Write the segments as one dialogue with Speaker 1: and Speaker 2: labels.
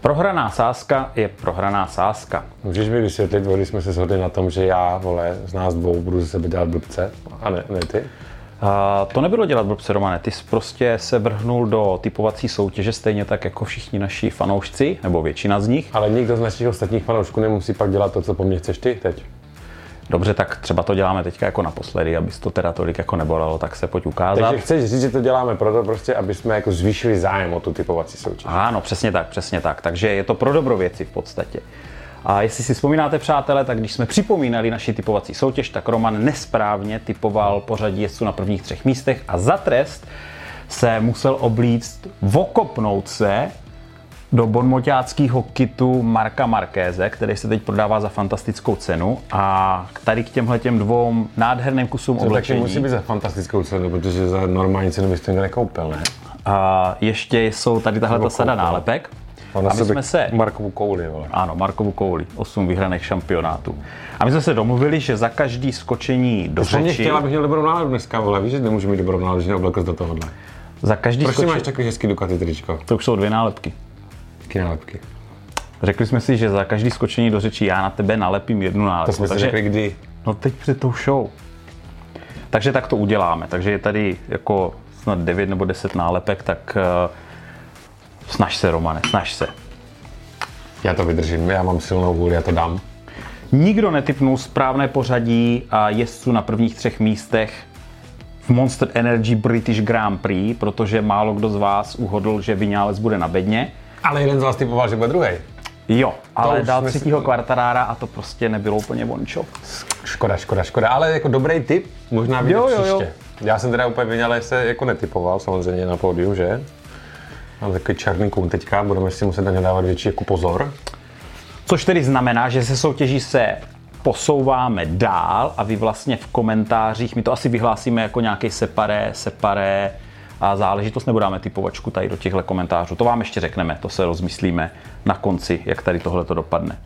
Speaker 1: Prohraná sázka je prohraná sázka.
Speaker 2: Můžeš mi vysvětlit, vole, když jsme se shodli na tom, že já, vole, z nás dvou budu ze sebe dělat blbce, a ne, ne ty.
Speaker 1: A to nebylo dělat blbce, Romane, ty jsi prostě se vrhnul do typovací soutěže stejně tak jako všichni naši fanoušci, nebo většina z nich.
Speaker 2: Ale nikdo z našich ostatních fanoušků nemusí pak dělat to, co po mně chceš ty teď.
Speaker 1: Dobře, tak třeba to děláme teďka jako naposledy, aby to teda tolik jako nebolelo, tak se pojď ukázat.
Speaker 2: Takže chceš říct, že to děláme proto prostě, aby jsme jako zvýšili zájem o tu typovací soutěž.
Speaker 1: Ano, no přesně tak, přesně tak. Takže je to pro dobro věci v podstatě. A jestli si vzpomínáte, přátelé, tak když jsme připomínali naši typovací soutěž, tak Roman nesprávně typoval pořadí jezdců na prvních třech místech a za trest se musel oblíct, vokopnout se do bonmoťáckého kitu Marka Markéze, který se teď prodává za fantastickou cenu a k- tady k těmhle těm dvou nádherným kusům
Speaker 2: To taky
Speaker 1: oblečení.
Speaker 2: musí být za fantastickou cenu, protože za normální cenu bys to nikdo nekoupil, ne?
Speaker 1: A ještě jsou tady tahle ta
Speaker 2: Nebo
Speaker 1: sada
Speaker 2: koupil.
Speaker 1: nálepek.
Speaker 2: A na
Speaker 1: A my
Speaker 2: sebe
Speaker 1: jsme se,
Speaker 2: Markovu kouli, vole.
Speaker 1: ano, Markovu kouli, 8 vyhraných šampionátů. A my jsme se domluvili, že za každý skočení do
Speaker 2: Co mě
Speaker 1: řeči,
Speaker 2: chtěla, abych měl dobrou náladu dneska, vole, víš, že nemůžu mít dobrou náladu, že neoblekl jsi do tohohle.
Speaker 1: za každý
Speaker 2: Proč ty máš
Speaker 1: skočení,
Speaker 2: takový hezký Ducati tričko?
Speaker 1: to už jsou dvě nálepky.
Speaker 2: Taky nálepky.
Speaker 1: Řekli jsme si, že za každý skočení do řeči já na tebe nalepím jednu nálepku.
Speaker 2: To jsme si
Speaker 1: takže,
Speaker 2: řekli kdy.
Speaker 1: No teď před tou show. Takže tak to uděláme. Takže je tady jako snad 9 nebo 10 nálepek, tak uh, snaž se, Romane, snaž se.
Speaker 2: Já to vydržím, já mám silnou vůli, já to dám.
Speaker 1: Nikdo netypnul správné pořadí a jezdců na prvních třech místech v Monster Energy British Grand Prix, protože málo kdo z vás uhodl, že vynález bude na bedně.
Speaker 2: Ale jeden z vás typoval, že bude druhý.
Speaker 1: Jo, ale
Speaker 2: už
Speaker 1: dal
Speaker 2: jsme si-
Speaker 1: třetího kvartarára a to prostě nebylo úplně vončo.
Speaker 2: Škoda, škoda, škoda, ale jako dobrý tip, možná vyjde
Speaker 1: Jo, jo,
Speaker 2: příště.
Speaker 1: jo.
Speaker 2: Já jsem teda úplně vyňal, se jako netypoval samozřejmě na pódiu, že? Mám takový černý kům teďka, budeme si muset na ně dávat větší jako pozor.
Speaker 1: Což tedy znamená, že se soutěží se posouváme dál a vy vlastně v komentářích, my to asi vyhlásíme jako nějaký separé, separé a záležitost, nebo dáme typovačku tady do těchto komentářů. To vám ještě řekneme, to se rozmyslíme na konci, jak tady tohle to dopadne.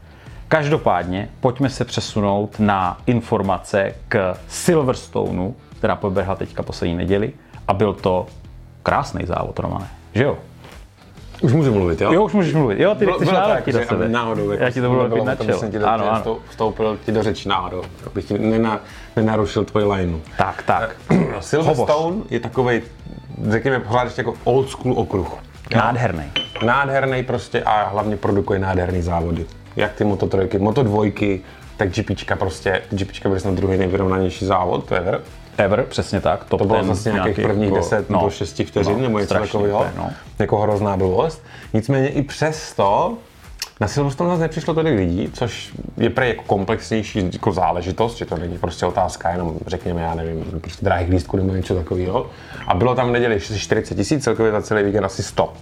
Speaker 1: Každopádně pojďme se přesunout na informace k Silverstoneu, která proběhla teďka poslední neděli a byl to krásný závod, Romane. Že jo?
Speaker 2: Už můžu mluvit, jo?
Speaker 1: Jo, už můžeš mluvit. Jo, ty
Speaker 2: Bylo-
Speaker 1: nechceš
Speaker 2: bylo tak,
Speaker 1: nálepky do
Speaker 2: že
Speaker 1: sebe.
Speaker 2: aby Náhodou, jako
Speaker 1: Já ti to budu lepit na
Speaker 2: to, aby jsem ti
Speaker 1: čelo.
Speaker 2: do-
Speaker 1: Ano, ano.
Speaker 2: vstou- Vstoupil ti do řeči náhodou, abych ti nena, nenarušil tvoji lineu.
Speaker 1: Tak, tak.
Speaker 2: Silverstone je takový, řekněme pořád ještě jako old school okruh.
Speaker 1: Nádherný.
Speaker 2: Nádherný prostě a hlavně produkuje nádherný závody. Jak ty Moto trojky, Moto dvojky, tak GPčka prostě, GPčka byl snad druhý nejvyrovnanější závod, to je ver.
Speaker 1: Ever, přesně tak.
Speaker 2: To bylo vlastně nějakých prvních
Speaker 1: jako-
Speaker 2: 10 nebo 6 vteřin nebo něco takového.
Speaker 1: No.
Speaker 2: Jako hrozná blbost. Nicméně i přesto na Silverstone nás nepřišlo tolik lidí, což je prej jako komplexnější jako záležitost, že to není prostě otázka jenom, řekněme, já nevím, prostě drahých lístků nebo něco takového. A bylo tam v neděli 40 tisíc, celkově za celý víkend asi 100.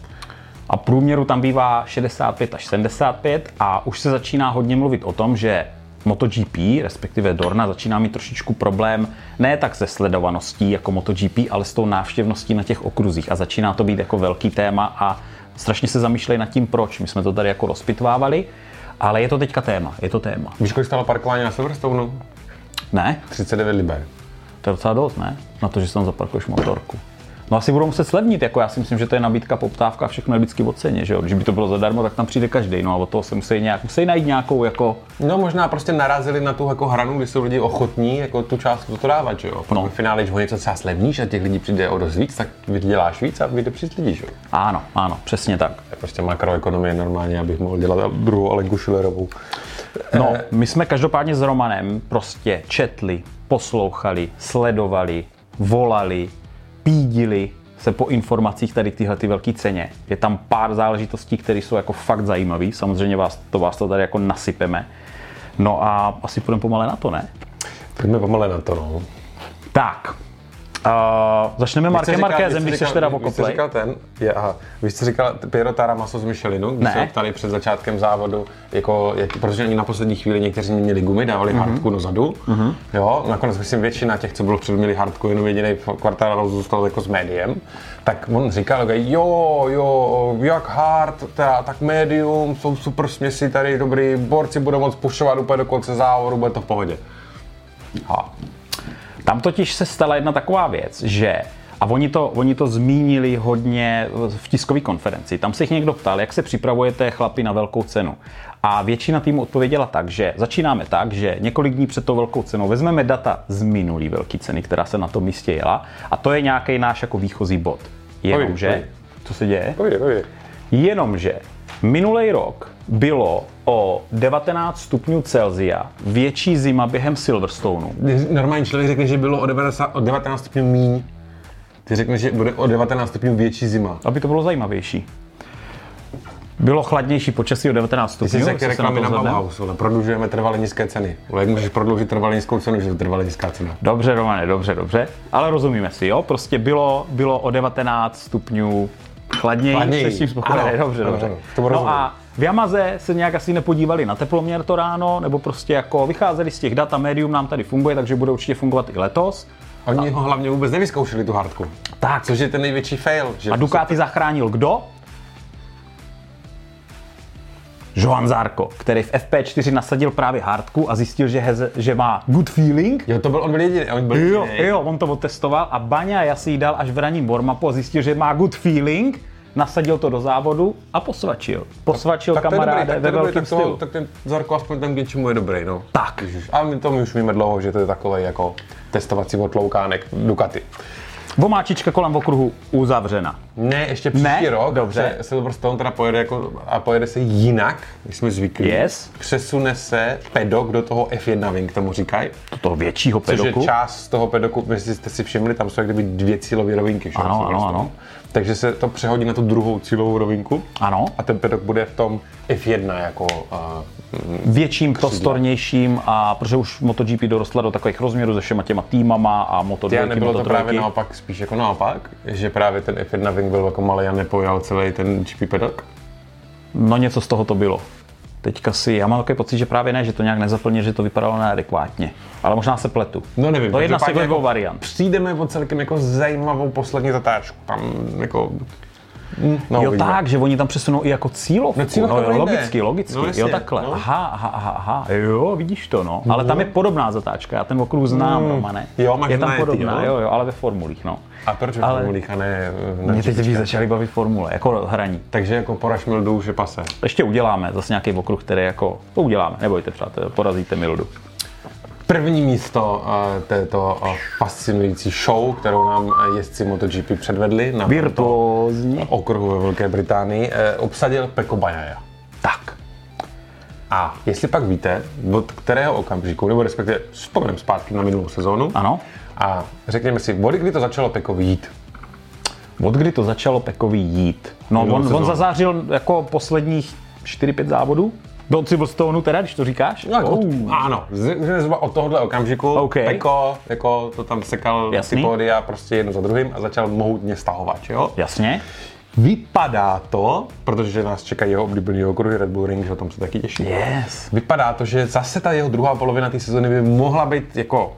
Speaker 1: A průměru tam bývá 65 až 75 a už se začíná hodně mluvit o tom, že MotoGP, respektive Dorna, začíná mít trošičku problém ne tak se sledovaností jako MotoGP, ale s tou návštěvností na těch okruzích a začíná to být jako velký téma a strašně se zamýšlej nad tím, proč. My jsme to tady jako rozpitvávali, ale je to teďka téma, je to téma.
Speaker 2: Víš, kolik stalo parkování na Silverstone?
Speaker 1: Ne?
Speaker 2: 39 liber.
Speaker 1: To je docela dost, ne? Na to, že si tam zaparkuješ motorku. No asi budou muset slevnit, jako já si myslím, že to je nabídka, poptávka a všechno je vždycky v ceně, že jo? Když by to bylo zadarmo, tak tam přijde každý, no a od toho se musí nějak, musí najít nějakou jako
Speaker 2: No možná prostě narazili na tu jako hranu, kdy jsou lidi ochotní jako tu částku do to dávat, že jo? Potom
Speaker 1: No.
Speaker 2: no. v finále, když o něco třeba slevníš a těch lidí přijde o dost víc, tak vyděláš víc a vyjde přes lidí, že jo?
Speaker 1: ano, ano, přesně tak.
Speaker 2: To je prostě makroekonomie normálně, abych mohl dělat druhou Alenku Šilerovou.
Speaker 1: No, my jsme každopádně s Romanem prostě četli, poslouchali, sledovali, volali, pídili se po informacích tady k tyhle ty velké ceně. Je tam pár záležitostí, které jsou jako fakt zajímavé. Samozřejmě vás to, vás to tady jako nasypeme. No a asi půjdeme pomale na to, ne?
Speaker 2: Pojďme pomale na to, no.
Speaker 1: Tak. Uh, začneme Markem Markézem, když jsi teda v
Speaker 2: Vy jste
Speaker 1: okoplej.
Speaker 2: říkal ten, je, aha, vy jste říkal Piero Tara maso z Michelinu, když
Speaker 1: Ne.
Speaker 2: se ho ptali před začátkem závodu, jako, jak, protože oni na poslední chvíli někteří měli gumy, dávali
Speaker 1: Mhm.
Speaker 2: mm-hmm. hardku dozadu. Mm-hmm. Jo, nakonec myslím většina těch, co bylo předu, měli hardku, jenom jediný kvartál zůstal jako s médiem. Tak on říkal, že jo, jo, jak hard, teda, tak médium, jsou super směsi tady dobrý, borci budou moc pušovat úplně do konce závodu, bude to v pohodě. A
Speaker 1: Tam totiž se stala jedna taková věc, že A oni to, oni to zmínili hodně v tiskové konferenci. Tam se jich někdo ptal, jak se připravujete chlapi na velkou cenu. A většina týmu odpověděla tak, že začínáme tak, že několik dní před tou velkou cenou vezmeme data z minulý velké ceny, která se na tom místě jela. A to je nějaký náš jako výchozí bod. Jenomže,
Speaker 2: pojď.
Speaker 1: co se děje?
Speaker 2: Povídej, povídej.
Speaker 1: Jenomže minulý rok bylo o 19 stupňů Celzia větší zima během Silverstoneu.
Speaker 2: Normální člověk řekne, že bylo o 90, o 19 stupňů míň. Ty řekneš, že bude o 19 stupňů větší zima.
Speaker 1: aby to bylo zajímavější. Bylo chladnější počasí o 19
Speaker 2: Ty jsi
Speaker 1: stupňů,
Speaker 2: jak
Speaker 1: jestli se na
Speaker 2: reklamy
Speaker 1: to
Speaker 2: na
Speaker 1: zhodneme.
Speaker 2: Bauhaus, ale prodlužujeme trvale nízké ceny. Ale jak můžeš prodloužit trvale nízkou cenu, že je to trvale nízká cena?
Speaker 1: Dobře, Romane, dobře, dobře. Ale rozumíme si, jo? Prostě bylo, bylo o 19 stupňů chladněji,
Speaker 2: Chladněji.
Speaker 1: se s tím
Speaker 2: Ano,
Speaker 1: spokojené. Dobře,
Speaker 2: ano,
Speaker 1: dobře.
Speaker 2: ano, tomu
Speaker 1: no
Speaker 2: rozumím.
Speaker 1: a v Yamaze se nějak asi nepodívali na teploměr to ráno, nebo prostě jako vycházeli z těch dat a médium nám tady funguje, takže bude určitě fungovat i letos.
Speaker 2: Oni ho hlavně vůbec nevyzkoušeli, tu hardku.
Speaker 1: Tak,
Speaker 2: Což je ten největší fail. Že
Speaker 1: a Ducati zachránil kdo? Johan Zarko, který v FP4 nasadil právě hardku a zjistil, že, heze, že má good feeling,
Speaker 2: Jo, to byl on byl jediný. On byl
Speaker 1: Jo,
Speaker 2: jediný.
Speaker 1: jo, on to otestoval a Baňa já si ji dal až v raním warm-upu a zjistil, že má good feeling, nasadil to do závodu a posvačil. Posvačil
Speaker 2: Tak to je dobrý,
Speaker 1: kamaráda
Speaker 2: tak, to
Speaker 1: ve
Speaker 2: je dobrý,
Speaker 1: velkém
Speaker 2: tak, to,
Speaker 1: stylu.
Speaker 2: tak ten Zarko aspoň tam k něčemu je dobrý, no.
Speaker 1: Tak.
Speaker 2: Ježiš, a my to my už víme dlouho, že to je takový jako testovací otloukánek Ducati.
Speaker 1: Vomáčička kolem okruhu uzavřena.
Speaker 2: Ne, ještě příští
Speaker 1: Ne?
Speaker 2: rok
Speaker 1: Dobře.
Speaker 2: se Silverstone teda pojede jako, a pojede se jinak, než jsme zvyklí.
Speaker 1: Yes.
Speaker 2: Přesune se pedok do toho F1 wing, tomu říkají.
Speaker 1: Toto většího
Speaker 2: Což je
Speaker 1: pedoku.
Speaker 2: část z toho pedoku, jestli jste si všimli, tam jsou jak kdyby dvě cílové rovinky. že jo,
Speaker 1: Ano, ano,
Speaker 2: Silverstone.
Speaker 1: ano.
Speaker 2: Takže se to přehodí na tu druhou cílovou rovinku.
Speaker 1: Ano,
Speaker 2: A ten pedok bude v tom F1 jako a,
Speaker 1: větším, prostornějším, a protože už MotoGP dorostla do takových rozměrů se všema těma týmama a Moto
Speaker 2: Já
Speaker 1: 2,
Speaker 2: nebylo
Speaker 1: Moto
Speaker 2: to právě
Speaker 1: 3.
Speaker 2: naopak, spíš jako naopak, že právě ten F1 Wing byl jako malý a nepojal celý ten GP pedok?
Speaker 1: No něco z toho to bylo. Teďka si, já mám takový pocit, že právě ne, že to nějak nezaplnil, že to vypadalo neadekvátně. Ale možná se pletu.
Speaker 2: No nevím.
Speaker 1: To je jedna z těch
Speaker 2: každopádně
Speaker 1: dvou
Speaker 2: jako
Speaker 1: variant.
Speaker 2: Přijdeme o celkem jako zajímavou poslední zatáčku. Tam jako... Hm, No,
Speaker 1: Jo
Speaker 2: uvidíme.
Speaker 1: tak, že oni tam přesunou i jako cílovku.
Speaker 2: No, cílovka
Speaker 1: jo,
Speaker 2: nejde.
Speaker 1: logicky, logicky.
Speaker 2: No, jasně,
Speaker 1: jo takhle.
Speaker 2: no.
Speaker 1: Aha, aha, aha, aha. Jo, vidíš to, no. Ale tam je podobná zatáčka, já ten okruh znám, Romane.
Speaker 2: Hmm. Jo, máš
Speaker 1: je tam
Speaker 2: najetý,
Speaker 1: podobná,
Speaker 2: jo.
Speaker 1: jo, jo, ale ve formulích, no.
Speaker 2: A proč
Speaker 1: Ale-
Speaker 2: ale... Formulích a ne... eh, na
Speaker 1: Mě teď
Speaker 2: GP?
Speaker 1: víc začaly bavit formule, jako hraní.
Speaker 2: Takže jako poraž Mildu už je pase.
Speaker 1: Ještě uděláme zase nějaký okruh, který jako, to uděláme, nebojte přátelé, porazíte Mildu.
Speaker 2: První místo eh, této eh, fascinující show, kterou nám eh, jezdci MotoGP předvedli na
Speaker 1: Virtuózní.
Speaker 2: okruhu ve Velké Británii, eh, obsadil Peko Bajaja.
Speaker 1: Tak,
Speaker 2: A jestli pak víte, od kterého okamžiku, nebo respektive vzpomeneme zpátky na minulou sezónu
Speaker 1: ano.
Speaker 2: a řekněme si, od kdy to začalo Peko jít.
Speaker 1: Od kdy to začalo Pekovi jít? No,
Speaker 2: Minulou
Speaker 1: on, on
Speaker 2: sezónu.
Speaker 1: zazářil jako posledních 4-5 závodů. Do Silverstoneu teda, když to říkáš? Oh.
Speaker 2: od, ano, z- z- zhruba od tohohle okamžiku
Speaker 1: OK.
Speaker 2: Peko jako to tam sekal
Speaker 1: Jasný.
Speaker 2: ty pódia prostě jedno za druhým a začal mohutně stahovat, že jo?
Speaker 1: Jasně.
Speaker 2: Vypadá to, protože nás čekají jeho oblíbený okruhy Red Bull Ring, že o tom se taky těším.
Speaker 1: Yes.
Speaker 2: Vypadá to, že zase ta jeho druhá polovina té sezóny by mohla být jako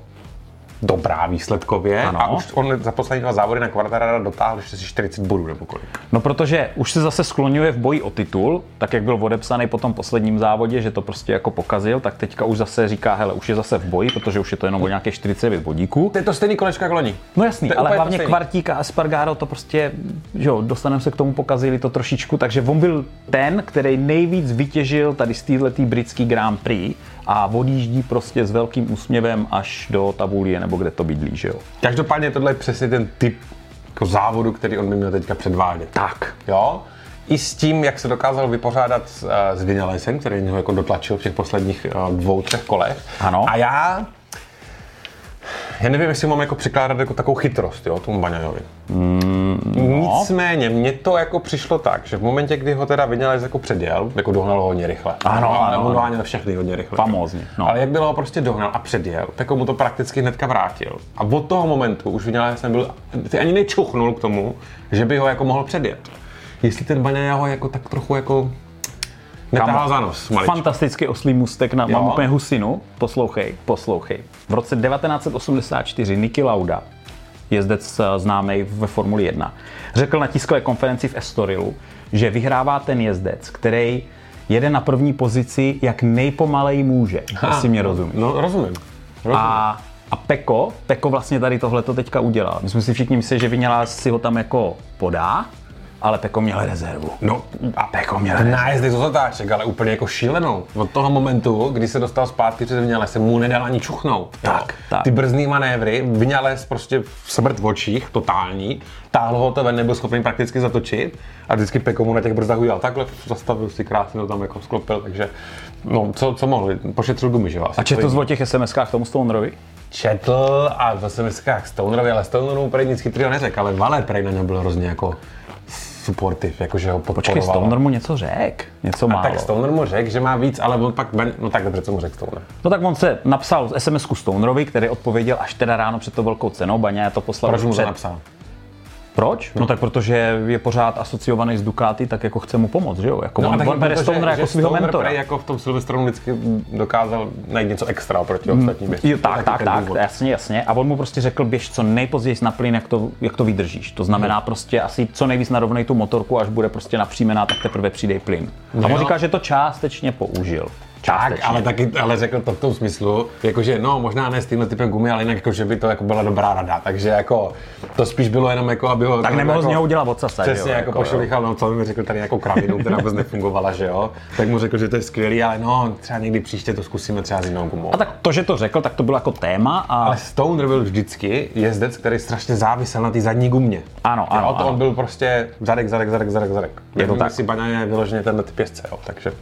Speaker 2: dobrá výsledkově
Speaker 1: Ano.
Speaker 2: a už on za poslední dva závody na Quartarara dotáhl ještě si 40 bodů nebo kolik.
Speaker 1: No protože už se zase skloňuje v boji o titul, tak jak byl odepsaný po tom posledním závodě, že to prostě jako pokazil, tak teďka už zase říká, hele, už je zase v boji, protože už je to jenom o nějaké 49 bodíků.
Speaker 2: To je to stejný kolečko jako loni.
Speaker 1: No jasný,
Speaker 2: To je
Speaker 1: ale
Speaker 2: úplně to
Speaker 1: hlavně
Speaker 2: stejný.
Speaker 1: Kvartík a Espargaro to prostě, že jo, dostaneme se k tomu, pokazili to trošičku, takže on byl ten, který nejvíc vytěžil tady z této britský Grand Prix a odjíždí prostě s velkým úsměvem až do Tabulie nebo kde to bydlí, že jo.
Speaker 2: Každopádně tohle je přesně ten typ jako závodu, který on by měl teďka předvádět.
Speaker 1: Tak.
Speaker 2: Jo? I s tím, jak se dokázal vypořádat s, eh, s Vinalesem, který ho jako dotlačil v těch posledních eh, dvou, třech kolech.
Speaker 1: Ano.
Speaker 2: A já... Já nevím, jestli mám jako přikládat jako takovou chytrost, jo, tomu Baňajovi.
Speaker 1: No.
Speaker 2: Nicméně, mně to jako přišlo tak, že v momentě, kdy ho teda Vinales jako předjel, jako dohnal ho hodně rychle. No,
Speaker 1: Ano,
Speaker 2: ale
Speaker 1: ano,
Speaker 2: on
Speaker 1: ano.
Speaker 2: doháněl všechny hodně rychle.
Speaker 1: Famózně, no.
Speaker 2: Ale jak bylo ho prostě dohnal a předjel, tak mu to prakticky hnedka vrátil. A od toho momentu už viděl, jsem byl, ty ani nečuchnul k tomu, že by ho jako mohl předjet. Jestli ten Baňaja ho jako tak trochu jako netahal za nos maličko.
Speaker 1: Fantastický oslý mustek, na, mám
Speaker 2: Jo.
Speaker 1: úplně husinu, poslouchej, poslouchej. V roce 1984 Niki Lauda, jezdec eh, známý ve Formuli 1, řekl na tiskové konferenci v Estorilu, že vyhrává ten jezdec, který jede na první pozici, jak nejpomalej může, jestli mě rozumí.
Speaker 2: No, rozumím. rozumím.
Speaker 1: A A Peko, Peko vlastně tady tohle to teďka udělal. My jsme si všichni mysleli, že Vyněla si ho tam jako podá, ale Peko měl rezervu.
Speaker 2: No a
Speaker 1: Peko měl rezervu.
Speaker 2: nájezdy z otáček, ale úplně jako šílenou. Od toho momentu, kdy se dostal zpátky před Vňales, se mu nedal ani čuchnout.
Speaker 1: Tak, tak.
Speaker 2: Ty brzdný manévry, Vňales prostě v smrt v očích, totální, táhlo ho to ven, nebyl schopný prakticky zatočit a vždycky Peko mu na těch brzdách udělal takhle, zastavil si krásně, to tam jako sklopil, takže no, co, co mohli, pošetřil gumy, že jo? asi
Speaker 1: A četl
Speaker 2: to
Speaker 1: jsi o těch SMS-kách tomu Stonerovi?
Speaker 2: četl a v SMSkách Stonerovi, ale Stonerovi prej nic chytrýho neřekl, ale Valer prej na něm byl hrozně jako supportiv, jakože ho podporoval.
Speaker 1: Počkej, Stoner mu něco řek, něco málo.
Speaker 2: Tak Stoner mu řekl, že má víc, ale on pak, ben, no tak dobře, co mu řekl Stoner.
Speaker 1: No tak on se napsal SMS-ku Stonerovi, který odpověděl až teda ráno před to velkou cenou, Baňa to poslal
Speaker 2: Proč
Speaker 1: už
Speaker 2: mu
Speaker 1: před...
Speaker 2: to napsal?
Speaker 1: Proč? No tak protože je pořád asociovaný s Ducati, tak jako chce mu pomoct, že jo? Jako no, on, on bere Stonera jako svého
Speaker 2: Stoner
Speaker 1: mentora.
Speaker 2: prej jako v tom Silvestronu vždycky dokázal najít něco extra proti ostatním věcem.
Speaker 1: Mm. Jo,
Speaker 2: To je
Speaker 1: tak,
Speaker 2: taky
Speaker 1: tak,
Speaker 2: ten
Speaker 1: tak,
Speaker 2: důvod.
Speaker 1: jasně, jasně. A on mu prostě řekl, běž co nejpozději na plyn, jak to, jak to vydržíš. To
Speaker 2: No.
Speaker 1: znamená prostě asi co nejvíc narovnej tu motorku, až bude prostě napřímená, tak teprve přidej plyn. A on
Speaker 2: Jo.
Speaker 1: říká, že to částečně použil. Částečně.
Speaker 2: Tak, ale taky, ale řekl to v tom smyslu, jakože no, možná ne s tímhle typem gumy, ale jinak jako, že by to jako byla dobrá rada, takže jako to spíš bylo jenom jako, aby ho...
Speaker 1: tak nemohl
Speaker 2: jako,
Speaker 1: z něho udělat ocasa, že
Speaker 2: Přesně,
Speaker 1: jo,
Speaker 2: jako,
Speaker 1: jako,
Speaker 2: jako pošel
Speaker 1: jo.
Speaker 2: Michal Melcel, mi řekl tady nějakou kravinu, která vůbec nefungovala, že jo, tak mu řekl, že to je skvělý, ale no, třeba někdy příště to zkusíme třeba s jinou gumou.
Speaker 1: A tak to, že to řekl, tak to bylo jako téma a
Speaker 2: Ale Stoner byl vždycky jezdec, který strašně závisel na té zadní gumě.
Speaker 1: Ano,
Speaker 2: Jo,
Speaker 1: ano,
Speaker 2: to
Speaker 1: ano.
Speaker 2: on byl prostě zadek, zadek, zadek, zadek, zadek.
Speaker 1: Je to
Speaker 2: Nevím,
Speaker 1: tak.
Speaker 2: jestli Baňa je vyloženě tenhle typ jezdce, jo, takže.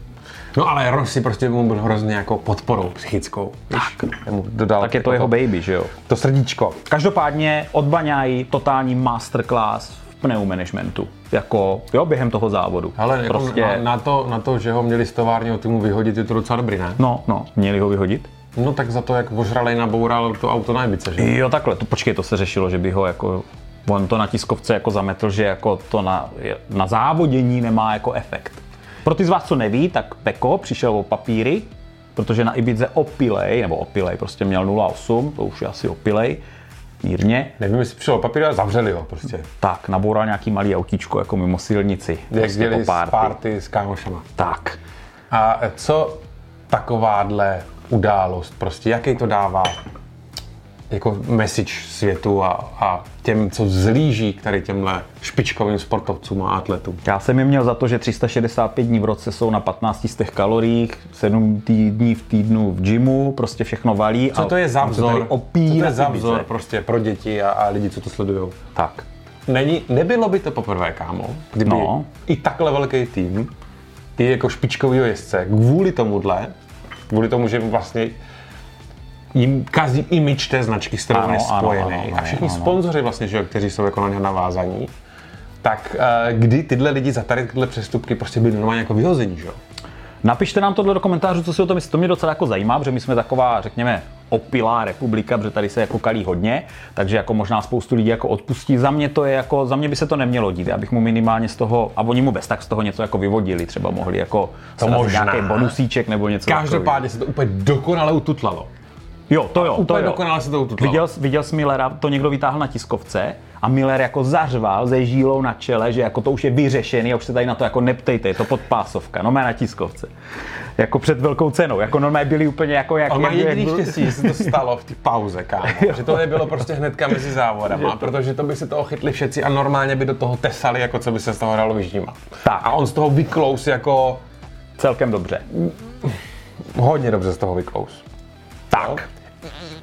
Speaker 2: No ale Rossi prostě mu byl hrozně jako podporou psychickou. Tak. Mu dodal
Speaker 1: tak je to
Speaker 2: jako
Speaker 1: jeho baby, že jo.
Speaker 2: To srdíčko.
Speaker 1: Každopádně od Baňáji totální masterclass v pneumanagementu. Jako, jo, během toho závodu.
Speaker 2: Ale jako
Speaker 1: prostě,
Speaker 2: na, na, to, na to, že ho měli z továrního týmu vyhodit, je to docela dobrý, ne?
Speaker 1: No, no, měli ho vyhodit?
Speaker 2: No tak za to, jak ožralej naboural to auto na Ibice, že?
Speaker 1: Jo, takhle, to počkej, to se řešilo, že by ho jako On to na tiskovce jako zametl, že jako to na, je- na závodění nemá jako efekt. Pro ty z vás, co neví, tak Peko přišel o papíry, protože na Ibize opilej, nebo opilej, prostě měl 0,8, to už je asi opilej, mírně,
Speaker 2: Nevím, jestli přišel papír, ale zavřeli ho prostě.
Speaker 1: tak naboural nějaký malý autíčko jako mimo silnici.
Speaker 2: Jezdili
Speaker 1: po
Speaker 2: z party s kámošema.
Speaker 1: Tak.
Speaker 2: A co takováhle událost, prostě jaký to dává jako message světu a, a těm, co zlíží k tady těmhle špičkovým sportovcům a atletům.
Speaker 1: Já jsem je měl za to, že 365 dní v roce jsou na 15 z těch kaloriích, 7 dní v týdnu v gymu, prostě všechno valí.
Speaker 2: Co to je za
Speaker 1: Co
Speaker 2: vzor?
Speaker 1: opíra,
Speaker 2: co to je za vzor prostě pro děti a, a lidi, co to sledují?
Speaker 1: Tak.
Speaker 2: Není, nebylo by to poprvé, kámo, kdyby
Speaker 1: No.
Speaker 2: no. i takhle velký tým, ty jako špičkový jezdce, kvůli tomuhle, kvůli tomu, že vlastně jim kazí imič té značky, s kterou
Speaker 1: Ano,
Speaker 2: je
Speaker 1: ano,
Speaker 2: spojený.
Speaker 1: ano, ano,
Speaker 2: a všichni
Speaker 1: ano.
Speaker 2: sponzoři vlastně, že jo, kteří jsou jako na něho navázaní, tak eh, kdy tyhle lidi za tady tyhle přestupky prostě byli normálně jako vyhození, že jo?
Speaker 1: Napište nám tohle do komentářů, co si o tom myslíte. To mě docela jako zajímá, protože my jsme taková, řekněme, opilá republika, protože tady se jako kalí hodně, takže jako možná spoustu lidí jako odpustí. Za mě to je jako, za mě by se to nemělo dít, abych mu minimálně z toho, a oni mu bez tak z toho něco jako vyvodili, třeba mohli jako
Speaker 2: To
Speaker 1: srazit
Speaker 2: možná.
Speaker 1: nějaký bonusíček nebo něco takového.
Speaker 2: Každopádně se to úplně dokonale ututlalo.
Speaker 1: Jo, to jo, to
Speaker 2: Úplně
Speaker 1: jo.
Speaker 2: dokonale se to ututlalo.
Speaker 1: Viděl, viděl jsi Millera, to někdo vytáhl na tiskovce a Miller jako zařval ze žílou na čele, že jako to už je vyřešený a už se tady na to jako neptejte, je to podpásovka, no má na tiskovce. Jako před velkou cenou, jako normálně byli úplně jako... Jak,
Speaker 2: On má
Speaker 1: jak, jak
Speaker 2: jediný
Speaker 1: byl-
Speaker 2: štěstí, že se to stalo v té pauze, kámo. Že to nebylo prostě hnedka mezi závodama, protože to by se toho chytli všetci a normálně by do toho tesali, jako co by se z toho dalo vyždímat.
Speaker 1: Tak.
Speaker 2: A on z toho vyklous jako...
Speaker 1: Celkem dobře.
Speaker 2: Hodně dobře z toho vyklous.
Speaker 1: Tak.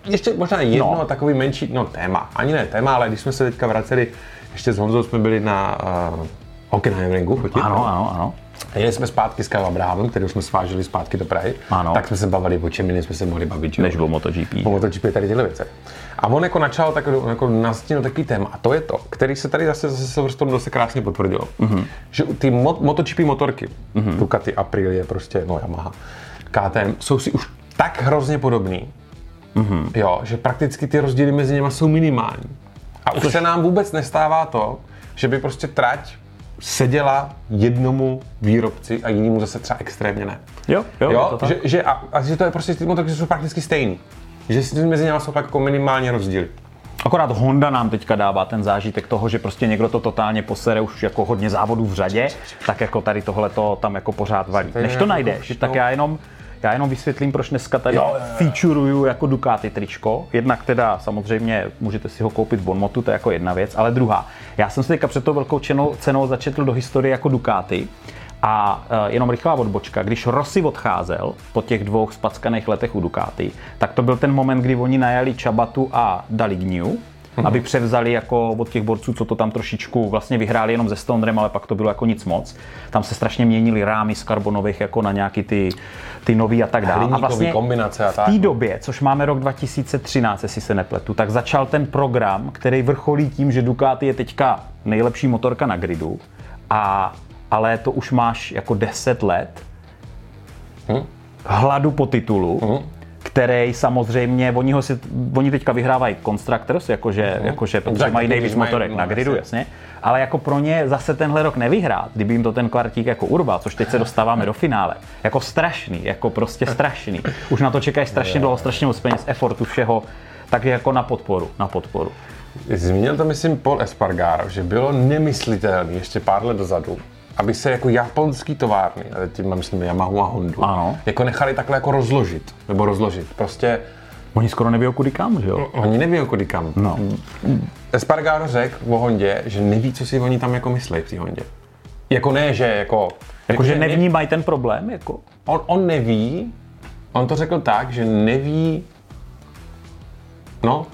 Speaker 2: Ještě možná jedno
Speaker 1: No.
Speaker 2: no. takový menší, no téma, ani ne téma, ale když jsme se teďka vraceli, ještě s Honzou jsme byli na uh, Hockenheim ringu, chodit.
Speaker 1: Ano, ano, ano.
Speaker 2: A Jeli jsme zpátky s Karlem Abrahamem, který už jsme sváželi zpátky do Prahy.
Speaker 1: Ano.
Speaker 2: Tak jsme se bavili o čem jiným jsme se mohli bavit, že jo?
Speaker 1: Než o MotoGP.
Speaker 2: po MotoGP tady tyhle věci. A on jako načal tak, jako nastínil takový téma, a to je to, který se tady zase zase Silverstone dost krásně potvrdilo. Mm-hmm. Že ty mo- MotoGP motorky, mm-hmm. Ducati, Aprilie, prostě, no Yamaha, KTM, jsou si už tak hrozně podobný, mm-hmm. jo, že prakticky ty rozdíly mezi nimi jsou minimální. A už se nám vůbec nestává to, že by prostě trať seděla jednomu výrobci a jinému zase třeba extrémně ne.
Speaker 1: Jo, jo, je to
Speaker 2: Jo,
Speaker 1: tak.
Speaker 2: že, že, a, a že to je prostě, ty motorky jsou prakticky stejný. Že si mezi nimi jsou pak jako minimálně rozdíly.
Speaker 1: Akorát Honda nám teďka dává ten zážitek toho, že prostě někdo to totálně posere už jako hodně
Speaker 2: jako
Speaker 1: závodů v řadě, tak jako tady tohle to tam jako pořád valí. Než to najdeš, tak já jenom Já jenom vysvětlím, proč dneska tady
Speaker 2: Jo, jo,
Speaker 1: featureuju jako Ducati tričko. Jednak teda samozřejmě můžete si ho koupit v Bonmotu, to je jako jedna věc, ale druhá. Já jsem si teďka před tou velkou čenou, cenou začetl do historie jako Ducati. A eh, jenom rychlá odbočka, když Rossi odcházel po těch dvou spackaných letech u Ducati, tak to byl ten moment, kdy oni najali Čabatu a Daligniu, aby převzali jako od těch borců, co to tam trošičku vlastně vyhráli jenom se Stonerem, ale pak to bylo jako nic moc. Tam se strašně měnily rámy z karbonových jako na nějaký ty, ty nový a tak dále. A vlastně
Speaker 2: Hliníkový kombinace a tak.
Speaker 1: V té době, což máme rok 2013, jestli se nepletu, tak začal ten program, který vrcholí tím, že Ducati je teďka nejlepší motorka na gridu, a, ale to už máš jako 10 let hladu po titulu, který samozřejmě, oni, ho si, oni teďka vyhrávají Constructors, jakože, jakože protože
Speaker 2: Tak,
Speaker 1: Mhm. mají
Speaker 2: když
Speaker 1: nejvíc
Speaker 2: mají-
Speaker 1: motorek
Speaker 2: no,
Speaker 1: na gridu,
Speaker 2: jasně.
Speaker 1: jasně. Ale jako pro ně zase tenhle rok nevyhrát, kdyby jim to ten kvartík jako urval, což teď se dostáváme do finále. Jako strašný, jako prostě strašný. Už na to čekají strašně dlouho, strašně moc peněz, efortu všeho, takže jako na podporu, na podporu.
Speaker 2: Zmínil to, myslím, Paul Espargaro, že bylo nemyslitelné ještě pár let dozadu, aby se jako japonský továrny, a tím myslím Yamahu a Hondu,
Speaker 1: Ano.
Speaker 2: jako nechali takhle jako rozložit, nebo rozložit. Prostě
Speaker 1: Oni skoro neví, kudy kam, že jo?
Speaker 2: oni neví, kudy kam.
Speaker 1: No.
Speaker 2: Espargaro řekl o Hondě, že neví, co si oni tam jako myslí při Hondě. Jako ne, že jako...
Speaker 1: Jakože
Speaker 2: ne-
Speaker 1: nevnímají ten problém, jako.
Speaker 2: On, on neví, on to řekl tak, že neví, no,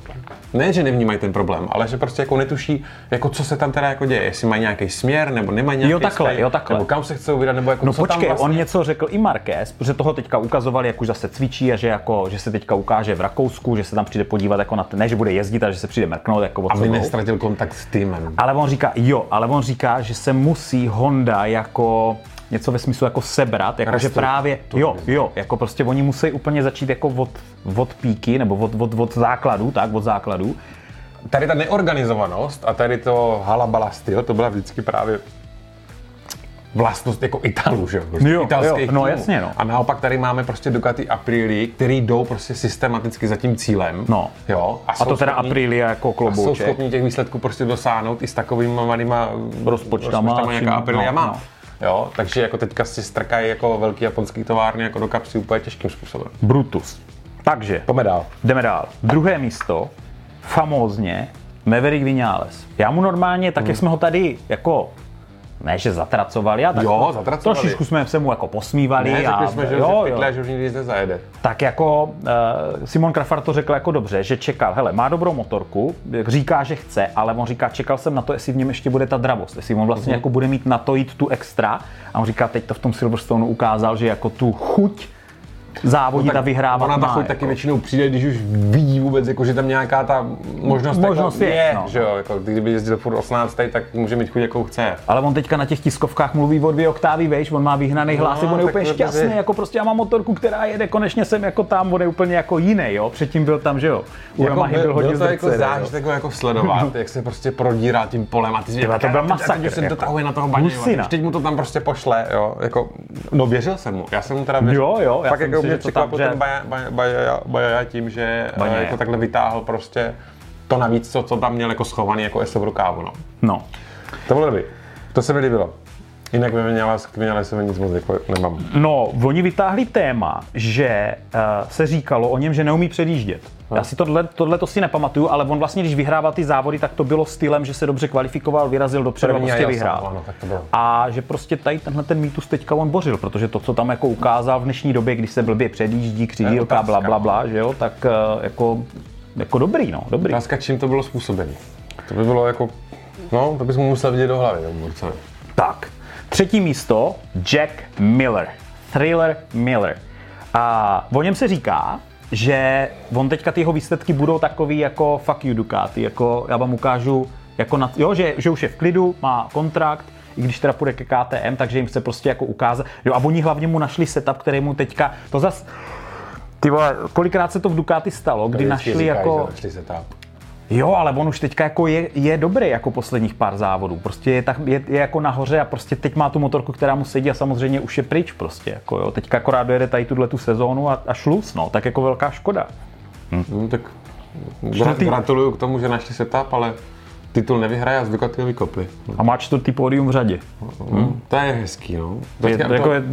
Speaker 2: ne, že nevnímají ten problém, ale že prostě jako netuší, jako co se tam teda jako děje, jestli mají nějaký směr, nebo nemají nějaký
Speaker 1: takhle,
Speaker 2: směr,
Speaker 1: jo, takhle.
Speaker 2: Nebo kam se chcou vydat, nebo jako
Speaker 1: No
Speaker 2: co
Speaker 1: počkej,
Speaker 2: tam vlastně...
Speaker 1: on něco řekl i Marquez, protože toho teďka ukazovali, jak už zase cvičí a že, jako, že se teďka ukáže v Rakousku, že se tam přijde podívat jako na ten, ne, že bude jezdit, ale že se přijde mrknout jako o co
Speaker 2: Aby
Speaker 1: jdou.
Speaker 2: nestratil kontakt s týmem.
Speaker 1: Ale on říká, jo, ale on říká, že se musí Honda jako něco ve smyslu jako sebrat, jako že
Speaker 2: Restru-
Speaker 1: právě, jo, jo, jako prostě oni musí úplně začít jako od, od píky, nebo od, od, od základů, tak, od základů.
Speaker 2: Tady ta neorganizovanost a tady to halabala styl, to byla vždycky právě vlastnost jako Italů, že jo? Prostě
Speaker 1: Jo,
Speaker 2: italských
Speaker 1: jo, no
Speaker 2: týmů.
Speaker 1: jasně, no.
Speaker 2: A naopak tady máme prostě Ducati Aprili, který jdou prostě systematicky za tím cílem.
Speaker 1: No.
Speaker 2: Jo.
Speaker 1: A
Speaker 2: jsou
Speaker 1: to teda
Speaker 2: schopní-
Speaker 1: Aprilia jako
Speaker 2: A jsou
Speaker 1: klobouček.
Speaker 2: schopni těch výsledků prostě dosáhnout i s takovými malýma
Speaker 1: Rozpočtama,
Speaker 2: jaká
Speaker 1: vším,
Speaker 2: Aprilia
Speaker 1: no,
Speaker 2: má.
Speaker 1: no.
Speaker 2: Jo, takže jako teďka si strkají jako velký japonský továrny jako do kapsy úplně těžkým způsobem.
Speaker 1: Brutus. Takže,
Speaker 2: Pojďme dál.
Speaker 1: Jdeme dál. Druhé místo, famózně, Maverick Vinales. Já mu normálně,
Speaker 2: Hmm.
Speaker 1: tak jak jsme ho tady jako ne, že zatracovali, a tak
Speaker 2: Jo, zatracovali.
Speaker 1: trošišku jsme se mu jako posmívali.
Speaker 2: Ne,
Speaker 1: a,
Speaker 2: řekli jsme, že jo, pytle, že už nikdy nezajede.
Speaker 1: tak jako uh, Simon Krafar to řekl jako dobře, že čekal, hele, má dobrou motorku, říká, že chce, ale on říká, čekal jsem na to, jestli v něm ještě bude ta dravost, jestli on
Speaker 2: Mhm.
Speaker 1: vlastně jako bude mít na to jít tu extra. A on říká, teď to v tom Silverstone ukázal, že jako tu chuť závodit a vyhrávat
Speaker 2: No Ona ta
Speaker 1: má. jako.
Speaker 2: chuť taky většinou přijde, když už vidí vůbec, jako, že tam nějaká ta možnost,
Speaker 1: Možnost je,
Speaker 2: jako, je
Speaker 1: no.
Speaker 2: že jo, jako, kdyby jezdil furt 18, tak může mít chuť, jakou chce.
Speaker 1: Ale on teďka na těch tiskovkách mluví o dvě oktávy vejš, on má vyhnaný hlas, on je
Speaker 2: No, tak
Speaker 1: úplně
Speaker 2: to je
Speaker 1: šťastný,
Speaker 2: mezi-
Speaker 1: jako prostě já mám motorku, která jede, konečně jsem jako tam, on je úplně jako jiný, jo, předtím byl tam, že jo, u jako byl, byl hodně
Speaker 2: byl to jako
Speaker 1: zdrcený, jo.
Speaker 2: zážitek ho jako sledovat, jak se prostě prodírá tím polem a ty si
Speaker 1: Tyhle, to byl
Speaker 2: "A teď- a teď
Speaker 1: masakr,
Speaker 2: se
Speaker 1: jako.
Speaker 2: dotahuje na toho baně,
Speaker 1: Husina.
Speaker 2: teď mu to tam prostě pošle, jo, jako, no věřil jsem mu, já jsem mu teda věřil.
Speaker 1: Jo, jo, já
Speaker 2: Pak
Speaker 1: jsem
Speaker 2: jako
Speaker 1: si,
Speaker 2: mě
Speaker 1: že to tam,
Speaker 2: překvapil
Speaker 1: že-
Speaker 2: ten Baja- Baja- Baja- Bajaja tím, že eh,
Speaker 1: Bajaja.
Speaker 2: jako takhle vytáhl prostě to navíc, co, co tam měl jako schovaný jako eso v rukávu, no.
Speaker 1: No,
Speaker 2: To bylo dobrý, to se mi líbilo. Jinak by měla, měla se mi nic moc jako nemám.
Speaker 1: No, oni vytáhli téma, že uh, se říkalo o něm, že neumí předjíždět.
Speaker 2: No.
Speaker 1: Já si tohle, tohle to si nepamatuju, ale on vlastně, když vyhrával ty závody, tak to bylo stylem, že se dobře kvalifikoval, vyrazil dopředu a
Speaker 2: První a no.
Speaker 1: prostě
Speaker 2: jel
Speaker 1: vyhrál.
Speaker 2: sám, ano, tak to bylo.
Speaker 1: A že prostě tady tenhle ten mýtus teďka on bořil, protože to, co tam jako ukázal v dnešní době, když se blbě předjíždí, křidílka,
Speaker 2: otázka.
Speaker 1: bla, bla, bla, že jo, tak uh, jako, jako dobrý, no, dobrý.
Speaker 2: Otázka, čím to bylo způsobeno. To by bylo jako, no, to bys mu musel vidět do hlavy, tomu Murcovi.
Speaker 1: Tak, třetí místo, Jack Miller. Thriller Miller. A o něm se říká, že on teďka ty jeho výsledky budou takový jako fuck you Ducati, jako já vám ukážu, jako na, jo, že, že už je v klidu, má kontrakt, i když teda půjde ke KTM, takže jim chce prostě jako ukázat. Jo, a oni hlavně mu našli setup, který mu teďka, to zas, ty vole, kolikrát se to v Ducati stalo, kdy
Speaker 2: Vždycky
Speaker 1: našli
Speaker 2: říkají,
Speaker 1: jako...
Speaker 2: že Našli se tam.
Speaker 1: Jo, ale on už teďka jako je, je dobrý jako posledních pár závodů. Prostě je, tak, je, je, jako nahoře a prostě teď má tu motorku, která mu sedí a samozřejmě už je pryč prostě. Jako jo. Teďka akorát dojede tady tuhle tu sezónu a, a šlus, no. Tak jako velká škoda.
Speaker 2: No, tak gra-
Speaker 1: Čtvrtý-
Speaker 2: gratuluju k tomu, že našli setup, ale titul nevyhraje a Ducati ho vykopli.
Speaker 1: A má čtvrtý pódium v řadě.
Speaker 2: Hmm. To je hezký, no.
Speaker 1: Je,
Speaker 2: Teďka,
Speaker 1: jako
Speaker 2: to,
Speaker 1: je,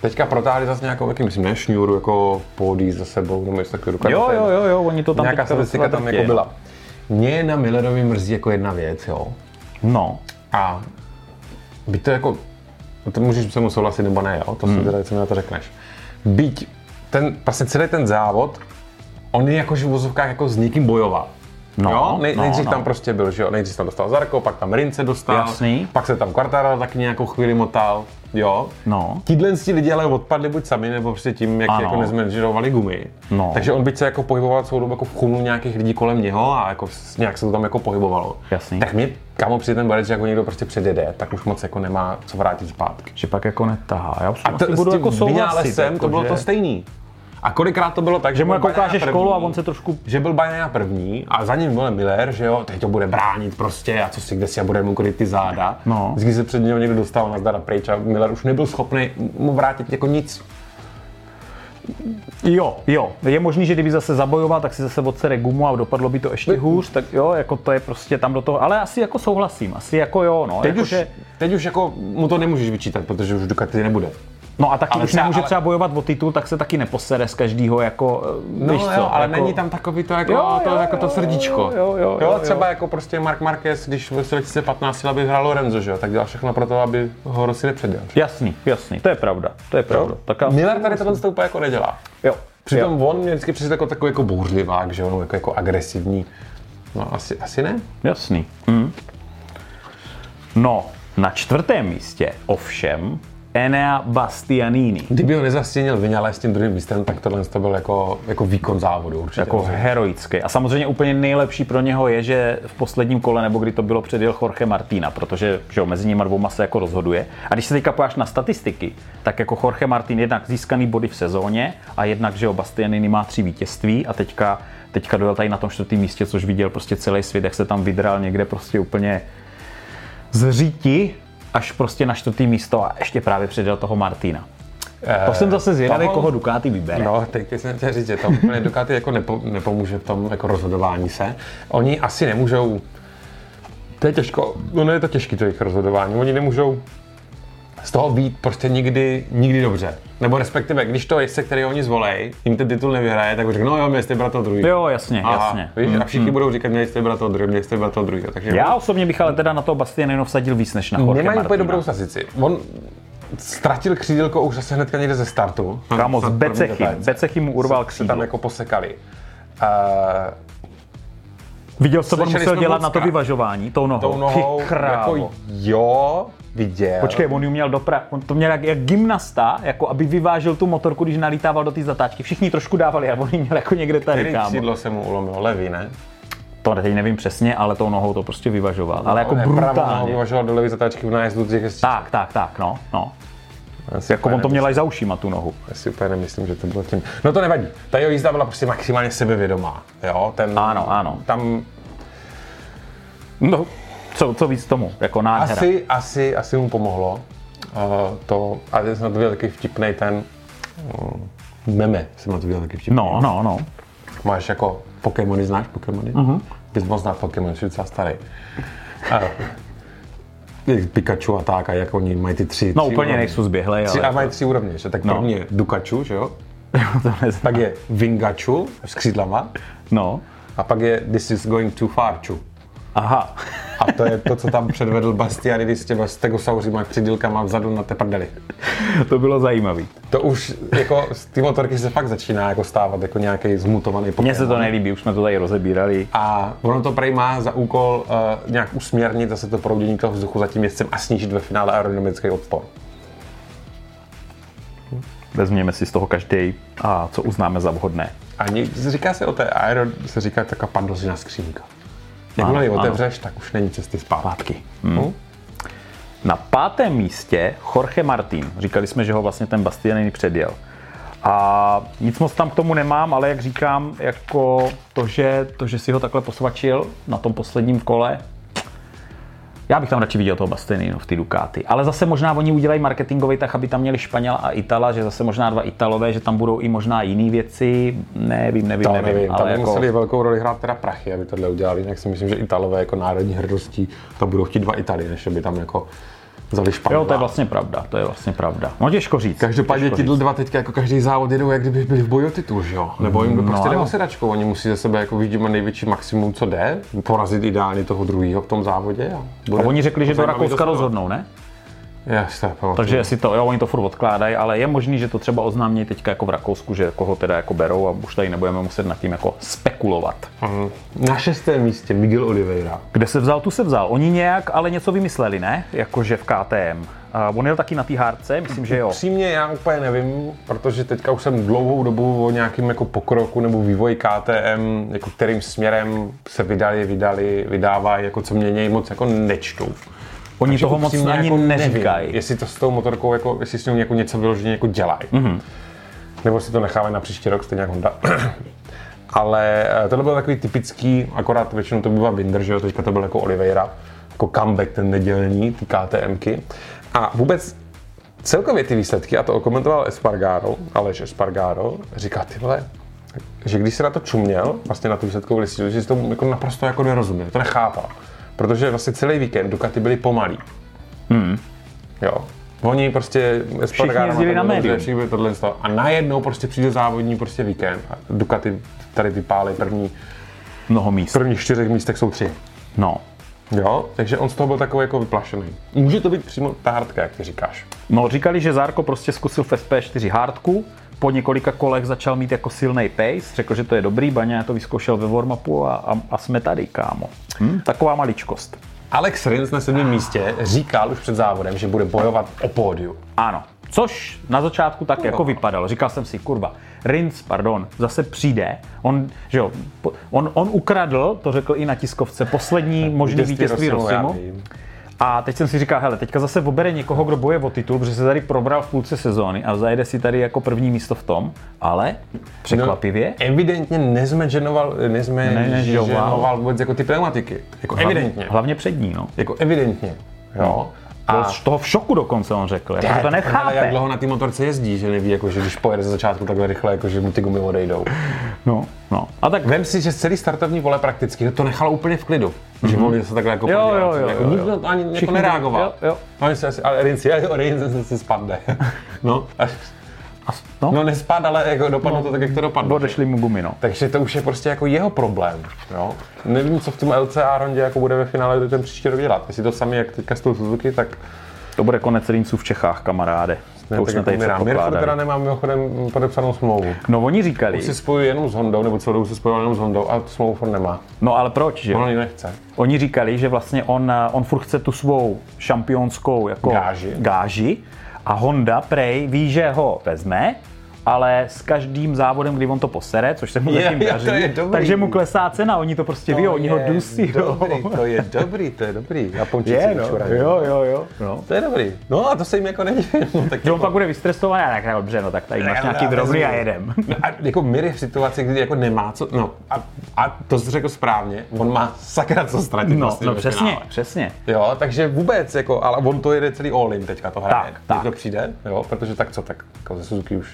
Speaker 2: teďka protáhli zase nějakou, jaký myslím, ne šňůru, jako pódí za sebou, nebo něco takového. Ducati,
Speaker 1: jo,
Speaker 2: to je
Speaker 1: jo, jo, jo, oni to tam
Speaker 2: Nějaká
Speaker 1: teďka
Speaker 2: statistika
Speaker 1: docela
Speaker 2: tam
Speaker 1: drtějí,
Speaker 2: jako
Speaker 1: no.
Speaker 2: byla. Mě na Millerovi mrzí jako jedna věc, jo.
Speaker 1: No,
Speaker 2: A by to jako, to můžeš se mu souhlasit nebo ne, jo? to hmm. si teda, co mi na to řekneš. Byť ten, vlastně celý ten závod, on je jakože v vozovkách jako s někým bojoval.
Speaker 1: No,
Speaker 2: No, jo? Nej,
Speaker 1: no,
Speaker 2: nejdřív
Speaker 1: no.
Speaker 2: tam prostě byl, že jo, nejdřív tam dostal Zarko, pak tam Rince dostal,
Speaker 1: Jasný.
Speaker 2: pak se tam Quartararo taky nějakou chvíli motal, jo.
Speaker 1: no.
Speaker 2: Tíhle ti lidi ale odpadli buď sami, nebo prostě tím, jak
Speaker 1: Ano.
Speaker 2: ano. jako nezmanéžerovali gumy.
Speaker 1: No.
Speaker 2: Takže on by se jako pohyboval celou dobu jako v chunu nějakých lidí kolem něho a jako s- nějak se to tam jako pohybovalo.
Speaker 1: Jasný.
Speaker 2: Tak mě kamo přijde ten barec, že jako někdo prostě předjede, tak už moc jako nemá co vrátit zpátky. Prostě
Speaker 1: Že pak jako netahá. Já
Speaker 2: A
Speaker 1: a to, budu jako souhlasit.
Speaker 2: jsem,
Speaker 1: jako,
Speaker 2: to bylo
Speaker 1: že,
Speaker 2: to stejný. A kolikrát to bylo tak,
Speaker 1: že mu
Speaker 2: byl
Speaker 1: jako
Speaker 2: Bagnaia
Speaker 1: ukáže školu a on se trošku...
Speaker 2: že byl Bajana první a za ním byl Miller, že jo, teď to bude bránit prostě a co si kde si a bude mu kryt ty záda.
Speaker 1: No.
Speaker 2: Vždycky se před něho někdo dostal na zdara pryč a Miller už nebyl schopný mu vrátit jako nic.
Speaker 1: Jo, jo. Je možný, že kdyby zase zabojoval, tak si zase odsere gumu a dopadlo by to
Speaker 2: Hm.
Speaker 1: ještě hůř, tak jo, jako to je prostě tam do toho. Ale asi jako souhlasím, asi jako jo, no.
Speaker 2: Teď,
Speaker 1: jako,
Speaker 2: už,
Speaker 1: že,
Speaker 2: teď už jako mu to nemůžeš vyčítat, protože už Ducati nebude.
Speaker 1: no a taky
Speaker 2: ale
Speaker 1: už
Speaker 2: třeba-
Speaker 1: nemůže
Speaker 2: ale-
Speaker 1: třeba bojovat o titul, tak se taky neposere z každýho jako, no, víš co,
Speaker 2: ale
Speaker 1: jako,
Speaker 2: není tam takový to jako,
Speaker 1: Jo,
Speaker 2: to,
Speaker 1: jo,
Speaker 2: jako to
Speaker 1: jo,
Speaker 2: srdíčko.
Speaker 1: jo, jo, jo, jo.
Speaker 2: třeba jako prostě Mark Marquez, když v roce 2015 chtěl, aby hrál Lorenzo, že jo, tak dělal všechno pro to, aby ho Rossi nepředjel.
Speaker 1: Jasný, jasný, to je pravda, to je pravda. Tak a,
Speaker 2: Miller tady tohle to úplně jako nedělá.
Speaker 1: jo,
Speaker 2: Přitom
Speaker 1: jo,
Speaker 2: on mě vždycky přijde jako takový jako bouřlivák, že jo, nebo jako, jako agresivní. No asi, asi ne.
Speaker 1: jasný. Mm. No, na čtvrtém místě ovšem Enea Bastianini.
Speaker 2: Kdyby ho nezastěnil Vinales s tím druhým místem, tak tohle to byl jako, jako výkon závodu určitě.
Speaker 1: Jako
Speaker 2: Dobře.
Speaker 1: heroický. A samozřejmě úplně nejlepší pro něho je, že v posledním kole, nebo kdy to bylo, předjel Jorge Martina, protože že jo, mezi nimi dvouma se jako rozhoduje. A když se teďka pojáš na statistiky, tak jako Jorge Martin jednak získaný body v sezóně a jednak, že jo, Bastianini má tři vítězství a teďka, teďka dojel tady na tom čtvrtém místě, což viděl prostě celý svět, jak se tam vydral někde prostě úplně z říti až prostě na čtvrtý místo a ještě právě předjel toho Martina. To jsem zase zvědavý,
Speaker 2: toho-
Speaker 1: koho Ducati vybere.
Speaker 2: No, teď jsem chtěl říct, že tam úplně Ducati jako nepo, nepomůže v tom jako rozhodování se. Oni asi nemůžou, to je těžko, no je to těžké to jejich rozhodování, oni nemůžou z toho být prostě nikdy, nikdy dobře. Nebo respektive, když to jezdce, který oni zvolej, jim ten titul nevyhraje, tak už řeknou, "No, jo, Mm-hmm. měli jste brát toho druhý.
Speaker 1: Jo, jasně, jasně.
Speaker 2: Víš, a všichni budou říkat, měli jste brát toho druhého, měli jste brát toho druhého. Takže
Speaker 1: Já osobně bych ale teda na toho Bastiana jenom vsadil víc než na Jorge
Speaker 2: nemají úplně
Speaker 1: Martina.
Speaker 2: dobrou stasici. On ztratil křídelko už zase hnedka někde ze startu.
Speaker 1: Kámo, z
Speaker 2: Snad Hm. první
Speaker 1: Becechy.
Speaker 2: zatáčce.
Speaker 1: Becechy mu urval
Speaker 2: se tam
Speaker 1: křídlo.
Speaker 2: jako posekali.
Speaker 1: Eh,
Speaker 2: Uh,
Speaker 1: Viděl, co on
Speaker 2: Slyšeli
Speaker 1: musel
Speaker 2: jsme
Speaker 1: dělat na
Speaker 2: Lucka.
Speaker 1: to vyvažování, tou nohou.
Speaker 2: tou nohou,
Speaker 1: Ty krávo.
Speaker 2: jako jo, viděl.
Speaker 1: Počkej, on ji měl dopra... On to měl jak, jak gymnasta, jako aby vyvážel tu motorku, když nalítával do té zatáčky. Všichni trošku dávali a on ji měl jako někde tady,
Speaker 2: Který
Speaker 1: kámo.
Speaker 2: křídlo se mu ulomilo? Levý, ne?
Speaker 1: To teď nevím přesně, ale tou nohou to prostě vyvažoval. Ale jako
Speaker 2: Ne, Pravou nohou
Speaker 1: brutálně.
Speaker 2: vyvažoval do levý zatáčky v nájezdu těch ještě.
Speaker 1: Tak, tak, tak, no, no.
Speaker 2: Asi
Speaker 1: Jako
Speaker 2: úplně
Speaker 1: on to
Speaker 2: ne-
Speaker 1: měl až za ušima, tu nohu.
Speaker 2: Asi úplně nemyslím, že to bylo tím. No to nevadí. Ta jeho jízda byla prostě maximálně sebevědomá. Jo, ten...
Speaker 1: Ano, ano.
Speaker 2: Tam
Speaker 1: No, co, co víc tomu, jako nádhera.
Speaker 2: Asi, asi, asi mu pomohlo. Uh, to, a já jsem na to viděl taky vtipnej ten uh, meme, jsem na to viděl taky vtipný.
Speaker 1: No, no, no.
Speaker 2: Máš jako Pokémony, znáš Pokémony?
Speaker 1: Mhm.
Speaker 2: Uh-huh. Bys mohl znát Pokémony, jsi docela starý. Uh, Pikachu a tak, a jak oni mají ty tři.
Speaker 1: No
Speaker 2: tři
Speaker 1: úplně
Speaker 2: úrovně.
Speaker 1: nejsou zběhlej,
Speaker 2: Tři, a
Speaker 1: ale
Speaker 2: mají tři úrovně, že? Tak
Speaker 1: No.
Speaker 2: první je Dukaču, že jo?
Speaker 1: to neznám.
Speaker 2: Pak je Vingaču s křídlama.
Speaker 1: No,
Speaker 2: A pak je This is going too far, ču.
Speaker 1: aha.
Speaker 2: A to je to, co tam předvedl Bastianidis s těma stegosauřima křidílkama vzadu na té prdeli.
Speaker 1: To bylo zajímavý.
Speaker 2: To už jako z té motorky se fakt začíná jako stávat jako nějaký zmutovaný Pokémon.
Speaker 1: Mně se to nelíbí, už jsme to tady rozebírali.
Speaker 2: A ono to prej má za úkol uh, nějak usměrnit zase to proudění toho vzduchu za tím jezdcem a snížit ve finále aerodynamický odpor.
Speaker 1: Vezměme si z toho každý a co uznáme za vhodné.
Speaker 2: A ně- říká se o té aero, se říká taková pandozina skřínka.
Speaker 1: Ano,
Speaker 2: Jakmile ji
Speaker 1: ano.
Speaker 2: otevřeš, tak už není cesty zpátky.
Speaker 1: Pátky.
Speaker 2: Hmm.
Speaker 1: Na pátém místě Jorge Martin. Říkali jsme, že ho vlastně ten Bastianini předjel. A nic moc tam k tomu nemám, ale jak říkám, jako to, že, to, že si ho takhle posvačil na tom posledním kole, Já bych tam radši viděl toho Bastianino v ty Ducati. Ale zase možná oni udělají marketingový tak, aby tam měli Španěla a Itala, že zase možná dva Italové, že tam budou i možná jiné věci. Nevím, nevím,
Speaker 2: To
Speaker 1: nevím.
Speaker 2: nevím, nevím tam
Speaker 1: ale
Speaker 2: jako...
Speaker 1: jako...
Speaker 2: museli velkou roli hrát teda prachy, aby tohle udělali, jinak si myslím, že Italové jako národní hrdostí tam budou chtít dva Italy, než aby tam jako vzali Španěla.
Speaker 1: Jo, to je vlastně pravda, to je vlastně pravda. No těžko říct.
Speaker 2: Každopádně
Speaker 1: těžko
Speaker 2: ti dva teďka jako každý závod jedou, jak kdyby byli v boji o titul, že jo? Nebo jim jde
Speaker 1: No
Speaker 2: prostě jde
Speaker 1: ano.
Speaker 2: o sedačku, oni musí ze sebe jako vidíme největší maximum, co jde, porazit ideálně toho druhého v tom závodě. A
Speaker 1: A
Speaker 2: bude
Speaker 1: oni řekli, že do
Speaker 2: zajímavý
Speaker 1: Rakouska
Speaker 2: doslova.
Speaker 1: rozhodnou, ne?
Speaker 2: Yes, to je pamatuju.
Speaker 1: Takže si to, jo, oni to furt odkládají, ale je možný, že to třeba oznámí teďka jako v Rakousku, že koho teda jako berou a už tady nebudeme muset nad tím jako spekulovat.
Speaker 2: Mhm. Na šestém místě Miguel Oliveira.
Speaker 1: Kde se vzal, tu se vzal. Oni nějak, ale něco vymysleli, ne? Jakože v KTM. A on jel taky na té hárce, myslím, že jo.
Speaker 2: Upřímně já úplně nevím, protože teďka už jsem dlouhou dobu o nějakém jako pokroku nebo vývoji KTM, jako kterým směrem se vydali, vydali, vydává, jako co měnějí, moc jako nečtu.
Speaker 1: Oni toho moc
Speaker 2: Upřímně
Speaker 1: ani
Speaker 2: jako nevím,
Speaker 1: neříkají.
Speaker 2: Jestli to s tou motorkou, jako, jestli s ní jako něco vyloženě jako dělají.
Speaker 1: Mhm.
Speaker 2: Mm-hmm. Nebo si to necháme na příští rok, stejně jako Honda. Ale eh, tohle byl takový typický, akorát většinou to bývá Binder, že jo, teďka to byl jako Oliveira, jako comeback ten nedělní, ty KTMky. A vůbec celkově ty výsledky, a to okomentoval Espargaro, Aleš Espargaro, říká tyhle, že když se na to čuměl, vlastně na tu výsledkovou listinu, že si to jako naprosto jako nerozuměl, to nechápal. Protože vlastně celý víkend Ducati byli pomalí. Jo. Oni prostě Espargaro
Speaker 1: jezdili na
Speaker 2: na
Speaker 1: médium.
Speaker 2: Hmm. všichni byli tohle z toho. A najednou prostě přijde závodní prostě víkend. A Ducati tady vypálí první,
Speaker 1: Mnoho míst.
Speaker 2: prvních čtyřech místech jsou tři.
Speaker 1: No.
Speaker 2: Jo, takže on z toho byl takový jako vyplašený. Může to být přímo ta hardka, jak ty říkáš.
Speaker 1: No, říkali, že Zárko prostě zkusil v SP4 hardku, po několika kolech začal mít jako silný pace, řekl, že to je dobrý, Baňa to vyzkoušel ve warm-upu a, a, a jsme tady, kámo. Hm? Taková maličkost.
Speaker 2: Alex Rins na sedmém místě říkal už před závodem, že bude bojovat o pódiu.
Speaker 1: Ano. Což na začátku tak jako vypadalo. Říkal jsem si, kurva, Rins, pardon, zase přijde. On, že jo, po- on, on ukradl, to řekl i na tiskovce, poslední možný vítězství
Speaker 2: Rossimu, já
Speaker 1: Rosimu.
Speaker 2: vím.
Speaker 1: A teď jsem si říkal, hele, teďka zase obere někoho, kdo boje o titul, protože se tady probral v půlce sezóny a zajede si tady jako první místo v tom, ale překvapivě.
Speaker 2: No, Evidentně nezmeženoval, nezmeženoval vůbec jako ty pneumatiky.
Speaker 1: No,
Speaker 2: Jako evidentně.
Speaker 1: Hlavně přední, no.
Speaker 2: Jako evidentně. Jo.
Speaker 1: Byl z toho v šoku dokonce, on řekl. Jako, že to
Speaker 2: Ale Eh, jak
Speaker 1: nechápe.
Speaker 2: dlouho na té motorce jezdí, že neví, jako, že když pojede ze začátku takhle rychle, jako, že mu ty gumy odejdou.
Speaker 1: No, no. A tak
Speaker 2: Vem si, že celý startovní vole prakticky to nechalo úplně v klidu. Mm-hmm. Že volně se takhle jako
Speaker 1: Mhm. Jo,
Speaker 2: podíval,
Speaker 1: jo, jo,
Speaker 2: jako,
Speaker 1: jo, jo.
Speaker 2: Nikdo ani jako
Speaker 1: Všichni-
Speaker 2: nereagoval.
Speaker 1: jo, jo.
Speaker 2: Oni No, se asi, ale Rinci, jo, Rinci se spadne. no, a-
Speaker 1: a, no,
Speaker 2: no nespad, ale jako dopadlo to tak, jak to dopadlo.
Speaker 1: odešli mu gumy, no.
Speaker 2: Takže to už je prostě jako jeho problém. Jo? Nevím, co v tom LCA rondě jako bude ve finále ten příští rok dělat. Jestli to sami, jak teďka s tou Suzuki, tak
Speaker 1: To bude konec Rinců v Čechách, kamaráde.
Speaker 2: ne,
Speaker 1: to už
Speaker 2: tak jako
Speaker 1: jsme tady
Speaker 2: Mira. Mirford
Speaker 1: předpokládali.
Speaker 2: teda nemá mimochodem podepsanou smlouvu.
Speaker 1: No oni říkali,
Speaker 2: Si spojuje jenom s Hondou, nebo celou dobu se spojoval jenom s Hondou a smlouvu Ford nemá.
Speaker 1: no ale proč, že?
Speaker 2: On ji nechce.
Speaker 1: Oni říkali, že vlastně on, eh, on furt chce tu svou šampionskou jako
Speaker 2: Gáži.
Speaker 1: gáži a Honda Prej ví, že ho vezme, ale s každým závodem, kdy on to posere, což se mu
Speaker 2: Je,
Speaker 1: zatím
Speaker 2: je, to
Speaker 1: daří,
Speaker 2: je dobrý. No
Speaker 1: takže mu klesá cena, oni to prostě ví, oni ho dusí. jo.
Speaker 2: to je dobrý, to je dobrý. Japončíci
Speaker 1: Je, no. Jo, jo, jo. No.
Speaker 2: To je dobrý. No a to se jim jako nedivím. No, tak
Speaker 1: Že on pak bude vystresovaný, a tak ne, dobře, no tak tady máš nějaký drobný a jedem.
Speaker 2: No a jako Mir je v situaci, kdy jako nemá co, no a, a to jsi řekl správně, on má sakra co ztratit
Speaker 1: No,
Speaker 2: vlastně
Speaker 1: no
Speaker 2: ve
Speaker 1: přesně,
Speaker 2: finále.
Speaker 1: přesně.
Speaker 2: Jo, takže vůbec, jako, ale on to jede celý all in teďka, to hraje.
Speaker 1: Tak,
Speaker 2: Když
Speaker 1: tak.
Speaker 2: to přijde, jo, protože tak co, tak jako ze Suzuki už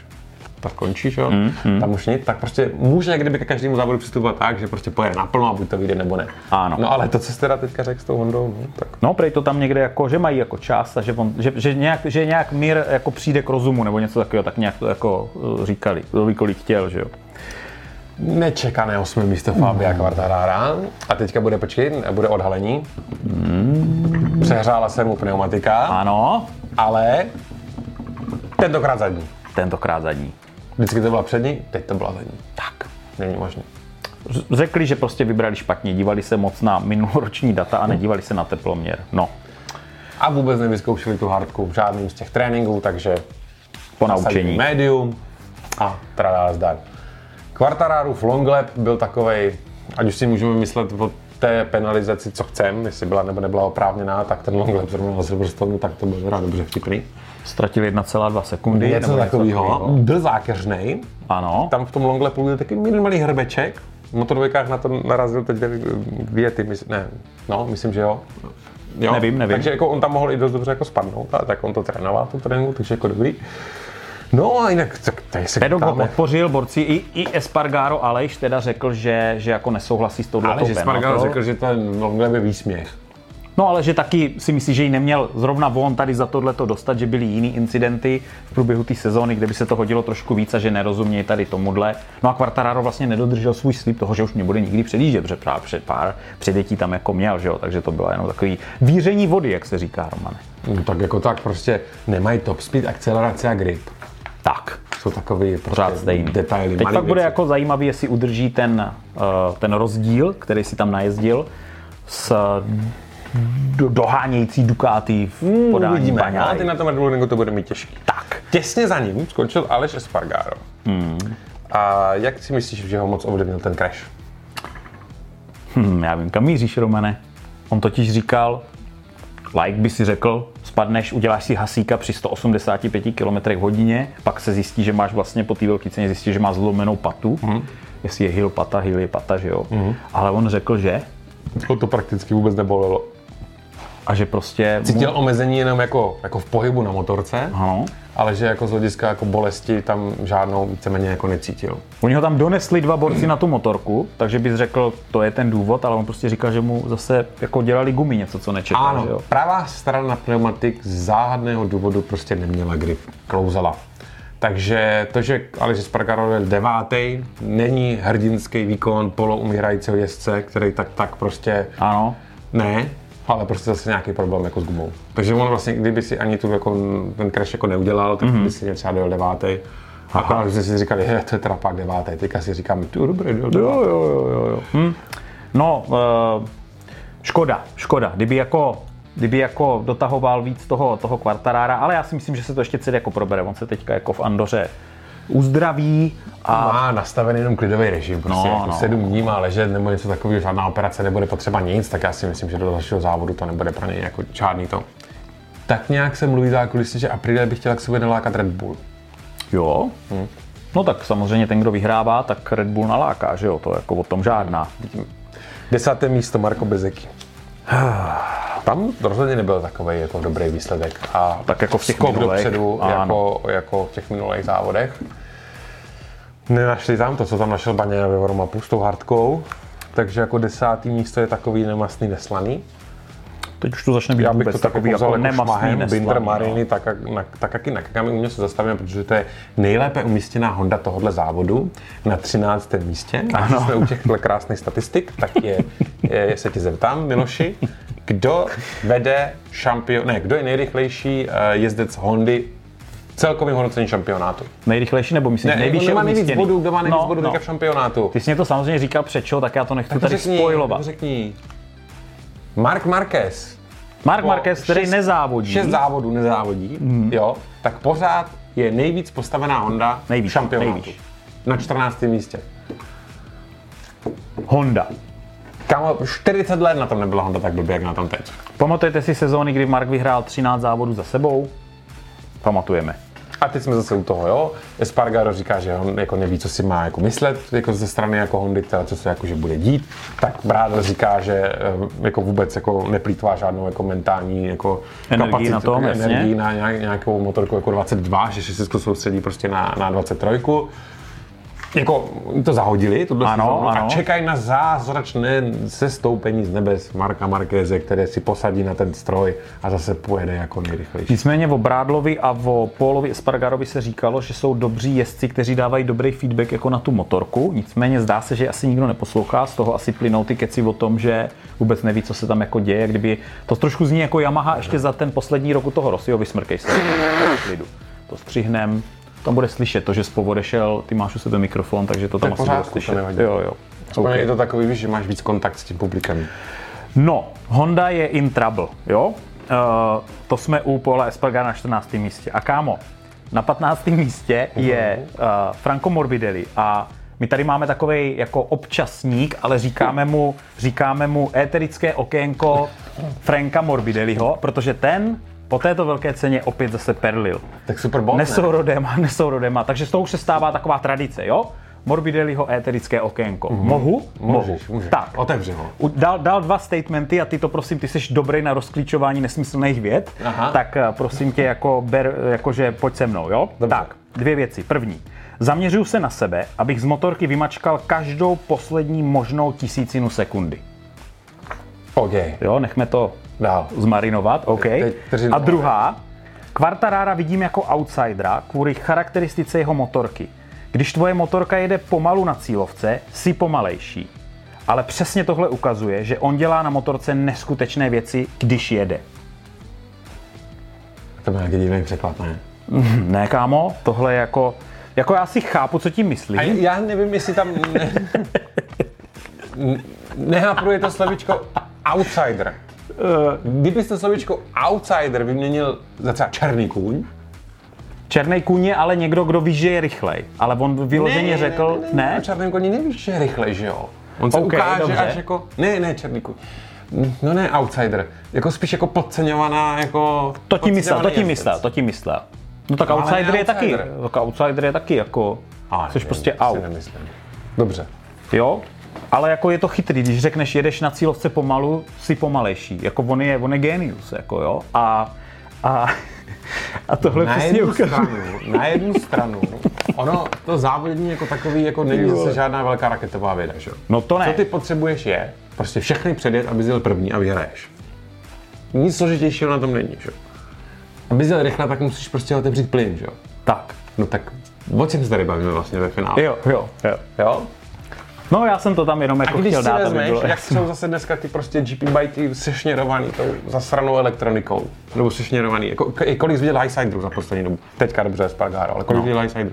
Speaker 2: tak končíš, jo, mm, mm. tam už nic, tak prostě může kdyby ke každému závodu přistupovat tak, že prostě pojede naplno a buď to vyjde nebo ne.
Speaker 1: Ano.
Speaker 2: No ale to, co jsi teda teďka řekl s tou Hondou, no, tak
Speaker 1: No, prej to tam někde jako, že mají jako čas a že, on, že, že, nějak, že nějak mír jako přijde k rozumu nebo něco takového, tak nějak to jako eh, říkali, kdo ví kolik chtěl, že jo.
Speaker 2: nečekané osmé místo Fabia Quartarara. A teďka bude, počkej, bude odhalení. Přehrála se mu pneumatika,
Speaker 1: Ano,
Speaker 2: ale tentokrát zadní.
Speaker 1: tentokrát zadní.
Speaker 2: Vždycky to byla přední, teď to byla zadní.
Speaker 1: Tak.
Speaker 2: Není možné.
Speaker 1: Ř- Řekli, že prostě vybrali špatně, dívali se moc na minuloroční data a nedívali se na teploměr. No,
Speaker 2: A vůbec nevyzkoušeli tu hardku v žádným z těch tréninků, takže
Speaker 1: po
Speaker 2: nasadili
Speaker 1: naučení.
Speaker 2: médium a tradá zdar. Quartararův longlap byl takovej, ať už si můžeme myslet o té penalizaci, co chcem, jestli byla nebo nebyla oprávněná, tak ten longlap zrovna na Silverstone, tak to byl teda dobře vtipný.
Speaker 1: Ztratili 1,2 sekundy.
Speaker 2: Něco
Speaker 1: nebo
Speaker 2: takového. Byl zákeřnej.
Speaker 1: Ano,
Speaker 2: Tam v tom longlepu je taky minimální hrbeček. V motorvykách na to narazil teď dvě ty, mys- ne, no, myslím, že jo. Jo?
Speaker 1: Nevím, nevím.
Speaker 2: Takže jako on tam mohl i dost dobře jako spadnout, a tak on to trénoval, to tréninku, takže jako dobrý. No a jinak, tak tady se
Speaker 1: Pedok ho
Speaker 2: ptáme.
Speaker 1: podpořil, borci, i, i Espargaro Aleš teda řekl, že, že jako nesouhlasí s touhle
Speaker 2: Ale že
Speaker 1: penaltou.
Speaker 2: Spargal řekl, že ten Longleb je výsměch.
Speaker 1: No ale že taky si myslí, že ji neměl zrovna on tady za tohle to dostat, že byly jiný incidenty v průběhu té sezóny, kde by se to hodilo trošku víc a že nerozumějí tady tomuhle. No a Quartararo vlastně nedodržel svůj slib toho, že už nebude nikdy předjíždět, protože právě před pár předjetí tam jako měl, že jo? takže to bylo jenom takový víření vody, jak se říká, Romane.
Speaker 2: No, tak jako tak prostě nemají top speed, akcelerace a grip.
Speaker 1: Tak,
Speaker 2: Jsou takový prostě
Speaker 1: pořád stejný.
Speaker 2: detaily.
Speaker 1: Teď
Speaker 2: malý
Speaker 1: pak bude
Speaker 2: věci.
Speaker 1: jako zajímavý, jestli udrží ten, eh, ten rozdíl, který si tam najezdil s do, dohánějící Ducati v podání
Speaker 2: Hmm, Uvidíme, ale
Speaker 1: Bagnaia.
Speaker 2: ty na tom Red Bull Ringu to bude mít těžký.
Speaker 1: Tak.
Speaker 2: Těsně za ním skončil Aleš Espargaro. Hmm. A jak si myslíš, že ho moc ovlivnil ten crash?
Speaker 1: Hmm, já vím, kam míříš, Romane. On totiž říkal, like by si řekl, spadneš, uděláš si hasíka při 185 km hodině, pak se zjistí, že máš vlastně po té velké ceně zjistí, že má zlomenou patu. Mm. Jestli je hill pata, hill je pata, že jo. Mm. Ale on řekl, že
Speaker 2: Ho Jako to prakticky vůbec nebolelo.
Speaker 1: a že prostě... mu-
Speaker 2: Cítil omezení jenom jako, jako v pohybu na motorce,
Speaker 1: Ano.
Speaker 2: ale že jako z hlediska jako bolesti tam žádnou víceméně jako necítil.
Speaker 1: Oni ho tam donesli dva borci na tu motorku, takže bys řekl, to je ten důvod, ale on prostě říkal, že mu zase jako dělali gumy něco, co nečekal, že
Speaker 2: Ano,
Speaker 1: jo.
Speaker 2: pravá strana pneumatik z záhadného důvodu prostě neměla grip, klouzala. Takže to, že Aleš Spargaro je devátý, není hrdinský výkon poloumírajícího jezdce, který tak tak prostě
Speaker 1: Ano.
Speaker 2: ne, ale prostě zase nějaký problém jako s gumou. Takže on vlastně, kdyby si ani tu jako, ten crash jako neudělal, tak mm-hmm. by si třeba dojel devátý. Akorát, že si říkali, je, to je teda pak devátý, teďka si říkám, tu dobrý, jo, jo, jo, jo, jo.
Speaker 1: No, eh, škoda, škoda. Kdyby jako, kdyby jako dotahoval víc toho, toho kvartarára, ale já si myslím, že se to ještě celé jako probere. On se teďka jako v Andoře uzdraví a
Speaker 2: má nastavený jenom klidový režim, prostě
Speaker 1: No,
Speaker 2: no, jako
Speaker 1: no.
Speaker 2: no. sedm dní má ležet nebo něco takového, žádná operace nebude potřeba nic, tak já si myslím, že do dalšího závodu to nebude pro něj jako žádný to. Tak nějak se mluví zákulisí, že Aprilia by chtěla k sobě nalákat Red Bull.
Speaker 1: jo. No tak samozřejmě ten, kdo vyhrává, tak Red Bull naláká, že jo, to jako o tom žádná.
Speaker 2: Desáté místo Marko Bezeky. Tam rozhodně nebyl takový jako dobrý výsledek. A
Speaker 1: Tak jako v těch
Speaker 2: skok
Speaker 1: minulých,
Speaker 2: dopředu,
Speaker 1: ano.
Speaker 2: jako, jako, v těch minulých závodech. Nenašli tam to, co tam našel Baně ve warm s tou hardkou. Takže jako desátý místo je takový nemastný, neslaný.
Speaker 1: Teď už to začne být
Speaker 2: Já bych
Speaker 1: vůbec
Speaker 2: to takový
Speaker 1: takový
Speaker 2: jako,
Speaker 1: jako
Speaker 2: jako
Speaker 1: nemastný,
Speaker 2: šmahem, Binder
Speaker 1: neslaný, no.
Speaker 2: Marini, tak, jak- na, tak jak i na Kagami u mě se zastavíme, protože to je nejlépe umístěná Honda tohohle závodu na 13. místě. A když jsme u těchto krásných statistik, tak je, je, se ti zeptám, Miloši, kdo vede šampion, ne, kdo je nejrychlejší eh, jezdec Hondy v celkovém hodnocení šampionátu?
Speaker 1: Nejrychlejší nebo myslím,
Speaker 2: Ne,
Speaker 1: nejvyšší
Speaker 2: kdo má nejvíc
Speaker 1: umístěný?
Speaker 2: bodů, kdo má nejvíc
Speaker 1: No,
Speaker 2: bodů
Speaker 1: no.
Speaker 2: teďka v šampionátu?
Speaker 1: Ty jsi mě to samozřejmě říkal přečo, tak já to nechci tady spojovat.
Speaker 2: to řekni. Mark Marquez.
Speaker 1: Mark
Speaker 2: po
Speaker 1: Marquez, který
Speaker 2: šest-
Speaker 1: nezávodí. Mhm.
Speaker 2: šest závodů nezávodí, jo, tak pořád je nejvíc postavená Honda
Speaker 1: Nejvíc,
Speaker 2: v šampionátu.
Speaker 1: nejvíc.
Speaker 2: Na 14. místě.
Speaker 1: Honda.
Speaker 2: Kamo, 40 let na tom nebyla Honda tak blbě, jak na tom teď.
Speaker 1: Pamatujete si sezóny, kdy Mark vyhrál 13 závodů za sebou? Pamatujeme.
Speaker 2: A teď jsme zase u toho, jo. Espargaro říká, že on jako neví, co si má jako myslet jako ze strany jako Hondy, teda, co se jako, že bude dít. Tak Brádl říká, že eh, jako vůbec jako neplýtvá žádnou jako mentální jako
Speaker 1: Energii
Speaker 2: kapacitu,
Speaker 1: na to,
Speaker 2: jako
Speaker 1: jasně.
Speaker 2: energii na nějak- nějakou motorku jako 22, že se všechno soustředí prostě na, na 23. Jako to zahodili, tuhle
Speaker 1: Ano,
Speaker 2: sezónu, a
Speaker 1: ano.
Speaker 2: čekají na zázračné sestoupení z nebes Marka Markéze, které si posadí na ten stroj a zase pojede jako nejrychlejší.
Speaker 1: Nicméně o Brádlovi a o Pólovi Espargarovi se říkalo, že jsou dobří jezdci, kteří dávají dobrý feedback jako na tu motorku. Nicméně zdá se, že asi nikdo neposlouchá, z toho asi plynou ty keci o tom, že vůbec neví, co se tam jako děje. Kdyby to trošku zní jako Yamaha ještě za ten poslední roku toho Rossiho, vysmrkej se. Klidu. To střihnem. Tam bude slyšet to, že zpovodešel, ty máš u sebe mikrofon, takže to tam
Speaker 2: je v
Speaker 1: asi bude
Speaker 2: pořádku, to
Speaker 1: slyšet.
Speaker 2: nevadí.
Speaker 1: Jo, jo.
Speaker 2: Okay.
Speaker 1: Okay.
Speaker 2: Je to takový, víš, že máš víc kontakt s tím publikem.
Speaker 1: No, Honda je in trouble, jo? Uh, to jsme u Paula Espargara na 14. místě. A kámo, na 15. místě je
Speaker 2: Mhm.
Speaker 1: uh, Franco Morbidelli a my tady máme takový jako občasník, ale říkáme mu, říkáme mu éterické okénko Franka Morbidelliho, protože ten po této velké ceně opět zase perlil
Speaker 2: Tak Super Bowl, ne?
Speaker 1: nesourodema, nesourodema. Takže z toho už se stává taková tradice, jo? Morbidelliho éterické okénko. Mm-hmm. Mohu?
Speaker 2: Mhm. Můžeš,
Speaker 1: Mohu.
Speaker 2: můžeš.
Speaker 1: Tak.
Speaker 2: Otevři ho.
Speaker 1: U- Dal, dal dva statementy a ty to prosím, ty jsi dobrý na rozklíčování nesmyslných věd,
Speaker 2: Aha.
Speaker 1: tak eh, prosím tě, jako ber, jakože pojď se mnou, jo?
Speaker 2: Dobře.
Speaker 1: Tak, dvě věci. První, zaměřuju se na sebe, abych z motorky vymačkal každou poslední možnou tisícinu sekundy.
Speaker 2: OK,
Speaker 1: Jo, nechme to
Speaker 2: dál.
Speaker 1: zmarinovat, OK.
Speaker 2: Teď vteřinu.
Speaker 1: A druhá, Quartarara vidím jako outsidera kvůli charakteristice jeho motorky. Když tvoje motorka jede pomalu na cílovce, si pomalejší. Ale přesně tohle ukazuje, že on dělá na motorce neskutečné věci, když jede.
Speaker 2: To byl nějaký divný překlad, ne?
Speaker 1: Hm, Ne, kámo, tohle je jako... Jako já si chápu, co tím myslí.
Speaker 2: A já nevím, jestli tam... Ne... Nehápruje to slovičko outsider. Kdybys to slovičko outsider vyměnil za třeba černý kůň,
Speaker 1: Černý kůň je ale někdo, kdo ví, že je rychlej. Ale on vyloženě řekl, ne,
Speaker 2: ne, na černém koni "No, nevíš, že je rychlej, že jo? On se
Speaker 1: OK,
Speaker 2: ukáže
Speaker 1: dobře.
Speaker 2: až jako, ne, ne, černý kůň. No ne, outsider. Jako spíš jako podceňovaná, jako...
Speaker 1: to tím myslel, to
Speaker 2: podceňovaný
Speaker 1: tím
Speaker 2: jezdec.
Speaker 1: myslel, to tím myslel. No tak
Speaker 2: No, ale
Speaker 1: outsider
Speaker 2: ne
Speaker 1: je taky,
Speaker 2: outsider.
Speaker 1: tak outsider je taky jako,
Speaker 2: Ale
Speaker 1: jsi
Speaker 2: nevím,
Speaker 1: prostě
Speaker 2: si
Speaker 1: out.
Speaker 2: Nemyslím. Dobře.
Speaker 1: Jo? Ale jako je to chytrý, když řekneš, jedeš na cílovce pomalu, si pomalejší. Jako on je, on je genius, jako jo. A, a, a tohle
Speaker 2: Na
Speaker 1: přesně
Speaker 2: jednu,
Speaker 1: ukazuje.
Speaker 2: stranu, na jednu stranu, ono to závodění jako takový, jako není zase žádná velká raketová věda, že jo?
Speaker 1: No to ne.
Speaker 2: Co ty potřebuješ je, prostě všechny předjet, aby jel první a vyhraješ. Nic složitějšího na tom není, že jo? Aby jel rychle, tak musíš prostě otevřít plyn, že jo?
Speaker 1: Tak.
Speaker 2: No tak o čem se tady bavíme vlastně ve finále?
Speaker 1: Jo, jo, jo.
Speaker 2: Jo?
Speaker 1: No já jsem to tam jenom jako
Speaker 2: A když
Speaker 1: chtěl
Speaker 2: si
Speaker 1: dát, aby
Speaker 2: vezmeš,
Speaker 1: bylo
Speaker 2: jak
Speaker 1: jasno.
Speaker 2: jsou zase dneska ty prostě GP bajky sešněrovaný tou zasranou elektronikou, nebo sešněrovaný, jako, k- kolik jsi viděl Highsiderů za poslední dobu, teďka dobře Spargaro, ale kolik no. viděl Highsiderů?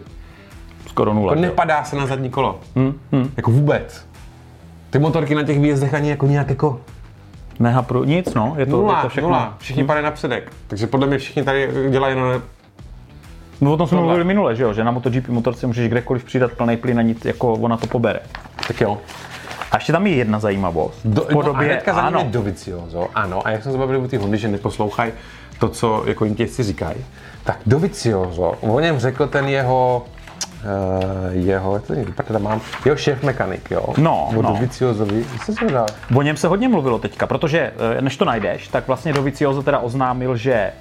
Speaker 1: skoro nula.
Speaker 2: Jako
Speaker 1: že jo.
Speaker 2: nepadá se na zadní kolo.
Speaker 1: Hm,
Speaker 2: Hmm, hmm. Jako vůbec. Ty motorky na těch výjezdech ani jako nějak jako
Speaker 1: Nehapru, nic no, je to, je
Speaker 2: nula,
Speaker 1: to všechno. hm.
Speaker 2: nula. Všichni padají na předek. Takže podle mě všichni tady dělají jenom ne-
Speaker 1: No o tom jsme
Speaker 2: Tohle.
Speaker 1: mluvili minule, že jo, že na MotoGP motorce můžeš kdekoliv přidat plný plyn a nic, jako ona to pobere.
Speaker 2: Tak jo.
Speaker 1: A ještě tam je jedna zajímavost. Do, v podobě,
Speaker 2: no a hnedka za ním
Speaker 1: ano,
Speaker 2: je Dovizioso, ano. A jak jsme se bavili o ty Hondy, že neposlouchají to, co jako jim těžci říkají, tak Dovizioso, o něm řekl ten jeho eh, jeho, jak to někdy teda mám, jeho šéf mekanik, jo?
Speaker 1: No, no.
Speaker 2: o Doviziosovi, co se dá?
Speaker 1: O něm se hodně mluvilo teďka, protože eh, než to najdeš, tak vlastně Dovizioso teda oznámil, že eh,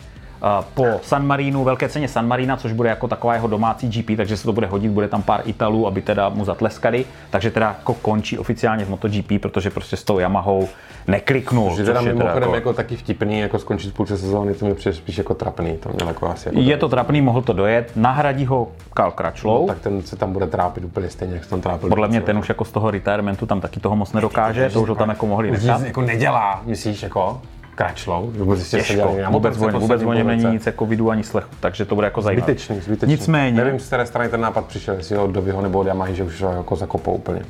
Speaker 1: po San Marínu, velké ceně San Marina, což bude jako taková jeho domácí GP, takže se to bude hodit, bude tam pár Italů, aby teda mu zatleskali, takže teda jako končí oficiálně v MotoGP, protože prostě s tou Yamahou nekliknul.
Speaker 2: Že
Speaker 1: což
Speaker 2: teda
Speaker 1: je
Speaker 2: mimochodem
Speaker 1: jako-
Speaker 2: jako... jako taky vtipný, jako skončit v půlce sezóny, to mi přijde spíš jako trapný, to měl jako asi jako
Speaker 1: Je to trapný, mohl to dojet, nahradí ho Karl Kračlou.
Speaker 2: No, tak ten se tam bude trápit úplně stejně, jak se tam trápil.
Speaker 1: Podle mě
Speaker 2: Dovizioso.
Speaker 1: ten už jako z toho retirementu tam taky toho moc nedokáže, to už ho tam jako mohli
Speaker 2: Už
Speaker 1: nechat.
Speaker 2: nic jako nedělá, myslíš, jako kračlou? Nebo zjistě jako se
Speaker 1: Těžko,
Speaker 2: dělali na
Speaker 1: vůbec,
Speaker 2: motorce
Speaker 1: o, vůbec
Speaker 2: poslední
Speaker 1: o něm není
Speaker 2: polovice.
Speaker 1: nic jako vidu ani slechu, takže to bude jako zajímavé.
Speaker 2: Zbytečný, zbytečný.
Speaker 1: Nicméně,
Speaker 2: Nevím, z které strany ten nápad přišel, jestli od Dovyho nebo od Yamahy, že už ho jako zakopou úplně.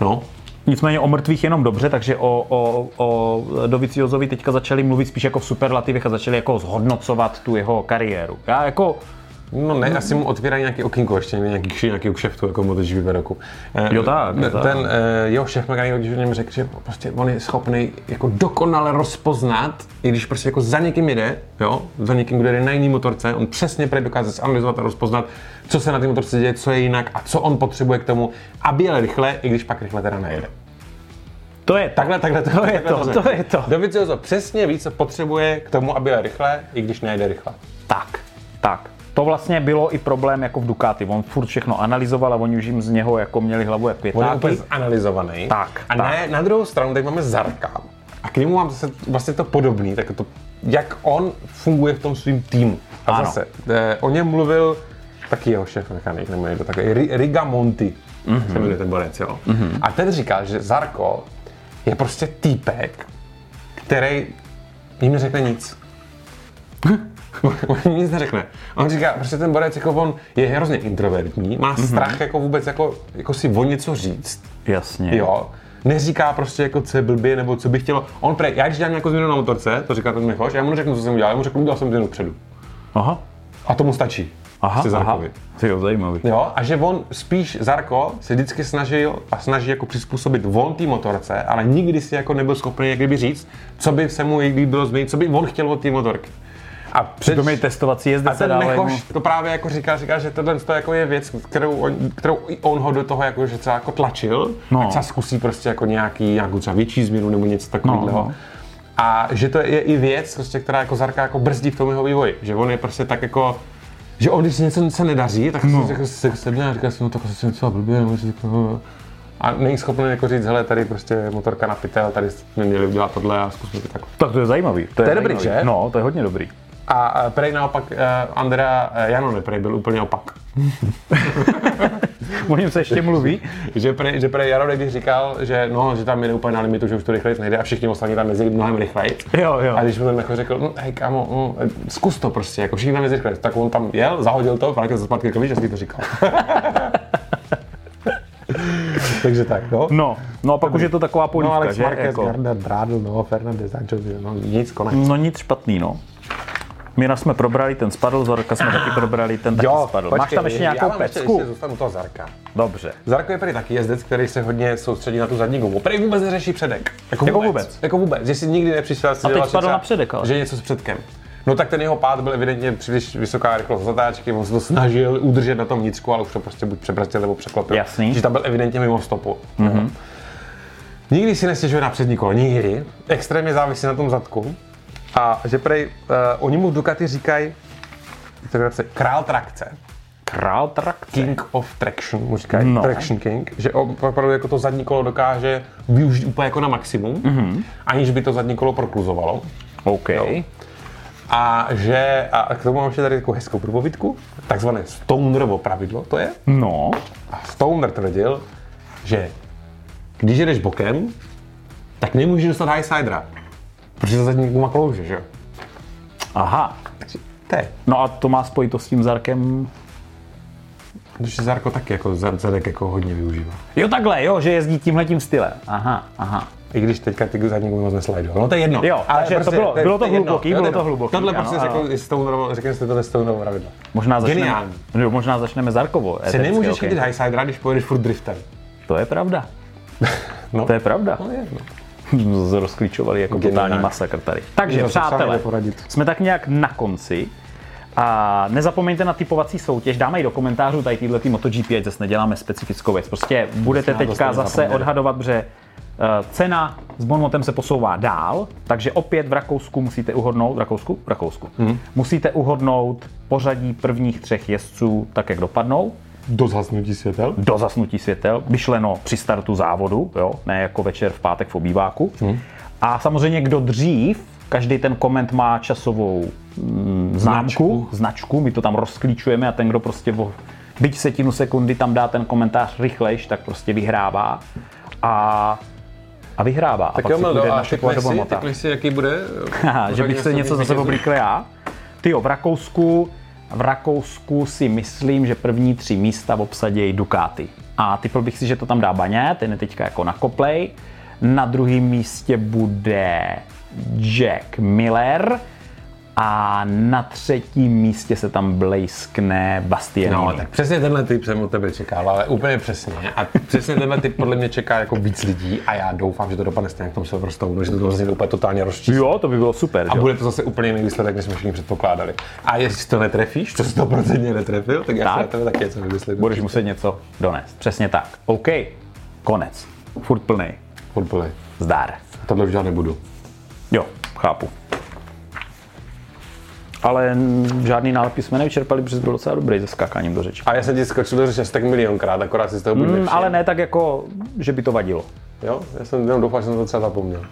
Speaker 2: No,
Speaker 1: Nicméně o mrtvých jenom dobře, takže o, o, o Doviciozovi teďka začali mluvit spíš jako v superlativech a začali jako zhodnocovat tu jeho kariéru. Já jako,
Speaker 2: No ne, asi mu otvírají nějaký okinko, ještě nějaký, kši- nějaký kšeftu, jako MotoGP roku. Eh,
Speaker 1: Jo, tak,
Speaker 2: Ten,
Speaker 1: tak.
Speaker 2: ten eh, jeho šéf mechanik, když o něm řekl, že prostě on je schopný jako dokonale rozpoznat, i když prostě jako za někým jde, jo, za někým, kdo jde na jiný motorce, on přesně prý dokáže zanalizovat a rozpoznat, co se na té motorce děje, co je jinak a co on potřebuje k tomu, aby jel rychle, i když pak rychle teda nejede.
Speaker 1: to je tak.
Speaker 2: Takhle, takhle, to,
Speaker 1: je
Speaker 2: takhle
Speaker 1: to, to je to.
Speaker 2: Dovizioso přesně ví, co potřebuje k tomu, aby jel rychle, i když nejede rychle.
Speaker 1: Tak, tak. To vlastně bylo i problém jako v Ducati. On furt všechno analyzoval a oni už jim z něho jako měli hlavu jak
Speaker 2: On je úplně
Speaker 1: pětáky.
Speaker 2: zanalizovaný.
Speaker 1: Tak,
Speaker 2: A
Speaker 1: tak.
Speaker 2: Na, na druhou stranu tady máme Zarka. A k němu mám zase vlastně to podobný, tak to, jak on funguje v tom svým týmu. A
Speaker 1: Ano.
Speaker 2: zase, eh, o něm mluvil taky jeho šéf mechanik, nebo někdo takový, Ri- Riga Monti, mm-hmm. se jmenuje ten borec, jo. Mm-hmm. A ten říkal, že Zarko je prostě týpek, který jim neřekne nic. On nic neřekne. On říká, prostě ten borec, jako on je hrozně introvertní, má strach jako vůbec jako, jako si o něco říct.
Speaker 1: Jasně.
Speaker 2: Jo. Neříká prostě jako co je blbě nebo co by chtělo. On pre, já když dělám nějakou změnu na motorce, to říká ten Michoš, já mu řeknu, co jsem udělal, já mu řeknu, udělal jsem změnu předu.
Speaker 1: Aha.
Speaker 2: A tomu stačí.
Speaker 1: Aha,
Speaker 2: Prostě
Speaker 1: aha.
Speaker 2: Zarkovi.
Speaker 1: Ty jo, zajímavý.
Speaker 2: Jo, a že on spíš, Zarko, se vždycky snažil a snaží jako přizpůsobit on té motorce, ale nikdy si jako nebyl schopný jak kdyby říct, co by se mu jak kdyby bylo změnit, co by on chtěl od té motorky. A před,
Speaker 1: Přitom je testovací
Speaker 2: a
Speaker 1: jezdec a
Speaker 2: ten
Speaker 1: dále
Speaker 2: Nechoš to právě jako říká, říká, že tohle to jako je věc, kterou on, kterou i on ho do toho jako, že třeba jako tlačil,
Speaker 1: No.
Speaker 2: no. ať se zkusí prostě jako nějaký, nějakou třeba větší změnu nebo něco takového.
Speaker 1: No, no.
Speaker 2: A že to je i věc, prostě, která jako Zarka jako brzdí v tom jeho vývoji, že on je prostě tak jako že on, když něco se nedaří, tak no. se, jako se sedne a říká si, no tak asi jsem docela blbě, nebo si jako, a není schopný jako říct, hele, tady prostě je motorka na pitel, tady jsme měli udělat tohle a zkusme to tak.
Speaker 1: Tak to je zajímavý. To je,
Speaker 2: dobrý,
Speaker 1: zajímavý.
Speaker 2: že?
Speaker 1: No, to je hodně dobrý.
Speaker 2: A, a prej naopak uh, Andrea uh, Janone prej byl úplně opak.
Speaker 1: O něm se ještě mluví.
Speaker 2: že pre, že pre Jarodek když říkal, že no, že tam jde úplně na limitu, že už to rychleji nejde a všichni ostatní tam jezdili mnohem rychleji.
Speaker 1: Jo, jo.
Speaker 2: A když mu ten jako řekl, no, hej kámo, mm, zkus to prostě, jako všichni tam jezdili rychleji, tak on tam jel, zahodil to, vrátil se zpátky, jako víš, jestli to říkal. Takže tak, no.
Speaker 1: No, no a pak už je to taková
Speaker 2: No,
Speaker 1: polívka,
Speaker 2: Alex
Speaker 1: že?
Speaker 2: Marquez,
Speaker 1: Jako,
Speaker 2: Jarda Drádl, no, Fernandez, Sancho, no, nic, konec.
Speaker 1: no nic špatný, no. Míra jsme probrali, ten spadl, Zorka jsme taky probrali, ten taky spadl. No, Máš tam ještě
Speaker 2: já
Speaker 1: nějakou
Speaker 2: vám ještě,
Speaker 1: pecku?
Speaker 2: ještě zůstanu u toho Zarka.
Speaker 1: Dobře.
Speaker 2: Zarko je prý taky jezdec, který se hodně soustředí na tu zadní gumu. Prý vůbec neřeší předek.
Speaker 1: Jako vůbec?
Speaker 2: vůbec. Jako vůbec. Že si nikdy nepřišel si
Speaker 1: teď
Speaker 2: dělal, že
Speaker 1: spadl
Speaker 2: třeba-
Speaker 1: na předek, ale.
Speaker 2: Že něco s předkem. No tak ten jeho pád byl evidentně příliš vysoká rychlost zatáčky, on se to snažil udržet na tom vnitřku, ale už to prostě buď přebrzdil nebo překlopil.
Speaker 1: Jasný. Mhm.
Speaker 2: Že tam byl evidentně mimo stopu. Mm-hmm. Nikdy si nestěžuje na přední kolo, nikdy. Extrémně závisí na tom zadku. A že prej, uh, oni mu v Ducati říkají, to je napsané, král trakce.
Speaker 1: Král trakce.
Speaker 2: King of Traction, mu říkají,
Speaker 1: No.
Speaker 2: no. Traction King, že on opravdu jako to zadní kolo dokáže využít úplně jako na maximum, mm-hmm. aniž by to zadní kolo prokluzovalo.
Speaker 1: OK.
Speaker 2: No. A že, a k tomu mám ještě tady takovou hezkou průpovídku, takzvané Stonerovo pravidlo to je.
Speaker 1: No,
Speaker 2: A Stoner tvrdil, že když jedeš bokem, tak nemůžeš dostat highsidera, protože to zadní guma klouže, že jo.
Speaker 1: aha.
Speaker 2: To je,
Speaker 1: No a to má spojitost s tím Zarkem?
Speaker 2: protože Zarko taky jako zad- zadek jako hodně využívá.
Speaker 1: Jo takhle, jo, že jezdí tímhle tím stylem. Aha, aha.
Speaker 2: I když teďka ty zadní gumy moc neslajdují. No to je jedno.
Speaker 1: Jo, takže to bylo- bylo to
Speaker 2: je jedno.
Speaker 1: hluboký,
Speaker 2: Jo,
Speaker 1: bylo
Speaker 2: je
Speaker 1: to
Speaker 2: jedno.
Speaker 1: hluboký,
Speaker 2: Tohle
Speaker 1: ano,
Speaker 2: prostě
Speaker 1: ano.
Speaker 2: řekl s tou řekněme si tohle s tou pravidlo.
Speaker 1: Možná začneme,
Speaker 2: Geniální.
Speaker 1: jo, možná začneme Zarkovo.
Speaker 2: Ty
Speaker 1: eterické
Speaker 2: nemůžeš
Speaker 1: okénko.
Speaker 2: chytit highsidera, když pojedeš furt driftem.
Speaker 1: To je pravda.
Speaker 2: No.
Speaker 1: To je pravda.
Speaker 2: No, je, no.
Speaker 1: Z- Rozklíčovali jako
Speaker 2: Geniální.
Speaker 1: totální masakr tady. Takže
Speaker 2: Jo, to se sám
Speaker 1: přátelé,
Speaker 2: jde poradit.
Speaker 1: jsme tak nějak na konci. A nezapomeňte na typovací soutěž, dáme ji do komentářů tady tyhle tý MotoGP, ať zase neděláme specifickou věc. Prostě budete
Speaker 2: na to
Speaker 1: teďka
Speaker 2: jste
Speaker 1: zase
Speaker 2: nezapomněli.
Speaker 1: odhadovat, že eh, cena s bonmotem se posouvá dál, takže opět v Rakousku musíte uhodnout, v Rakousku? V Rakousku.
Speaker 2: Mhm.
Speaker 1: Musíte uhodnout pořadí prvních třech jezdců, tak jak dopadnou
Speaker 2: Do zhasnutí světel.
Speaker 1: do zasnutí světel, myšleno při startu závodu, jo, ne jako večer v pátek v obýváku. Hmm. A samozřejmě, kdo dřív, každý ten koment má časovou mm, známku,
Speaker 2: Značku.
Speaker 1: značku, my to tam rozklíčujeme a ten, kdo prostě o byť setinu sekundy tam dá ten komentář rychlejš, tak prostě vyhrává. A a vyhrává.
Speaker 2: Tak
Speaker 1: no, a
Speaker 2: jo,
Speaker 1: pak se
Speaker 2: Mildo,
Speaker 1: bude
Speaker 2: a
Speaker 1: naštěpovat
Speaker 2: typneš
Speaker 1: do
Speaker 2: si,
Speaker 1: bonmota.
Speaker 2: typneš si, jaký bude?
Speaker 1: Aha, že bych se něco zase oblíkl já. Ty v Rakousku, v Rakousku si myslím, že první tři místa obsadějí Ducati. A typl bych si, že to tam dá Baně, ten je teďka jako na koplej. Na druhém místě bude Jack Miller a na třetím místě se tam blejskne Bastianini.
Speaker 2: No, tak přesně tenhle typ jsem od tebe čekal, ale úplně přesně. A přesně tenhle typ podle mě čeká jako víc lidí a já doufám, že to dopadne stejně jak v tom Silverstone, že to rozhodně úplně totálně rozčíslí.
Speaker 1: Jo, to by bylo super,
Speaker 2: A
Speaker 1: že? jo?
Speaker 2: bude to zase úplně jiný výsledek, než jsme všichni předpokládali. A jestli to netrefíš, to 100% netrefil, tak já
Speaker 1: Tak.
Speaker 2: si na tebe taky něco vymyslím.
Speaker 1: Budeš muset něco donést. Přesně tak. OK, konec. Furt plnej.
Speaker 2: Fotbole.
Speaker 1: Zdar.
Speaker 2: Tohle už já nebudu.
Speaker 1: Jo, chápu. Ale mm, žádný nálepky jsme nevyčerpali, protože byl docela dobrý se skákáním do řeči.
Speaker 2: A já jsem ti skočil do řeči asi tak milionkrát, akorát si z toho budu
Speaker 1: Mm, ale ne tak jako, že by to vadilo.
Speaker 2: Jo, já jsem jenom doufal, že jsem to docela zapomněl.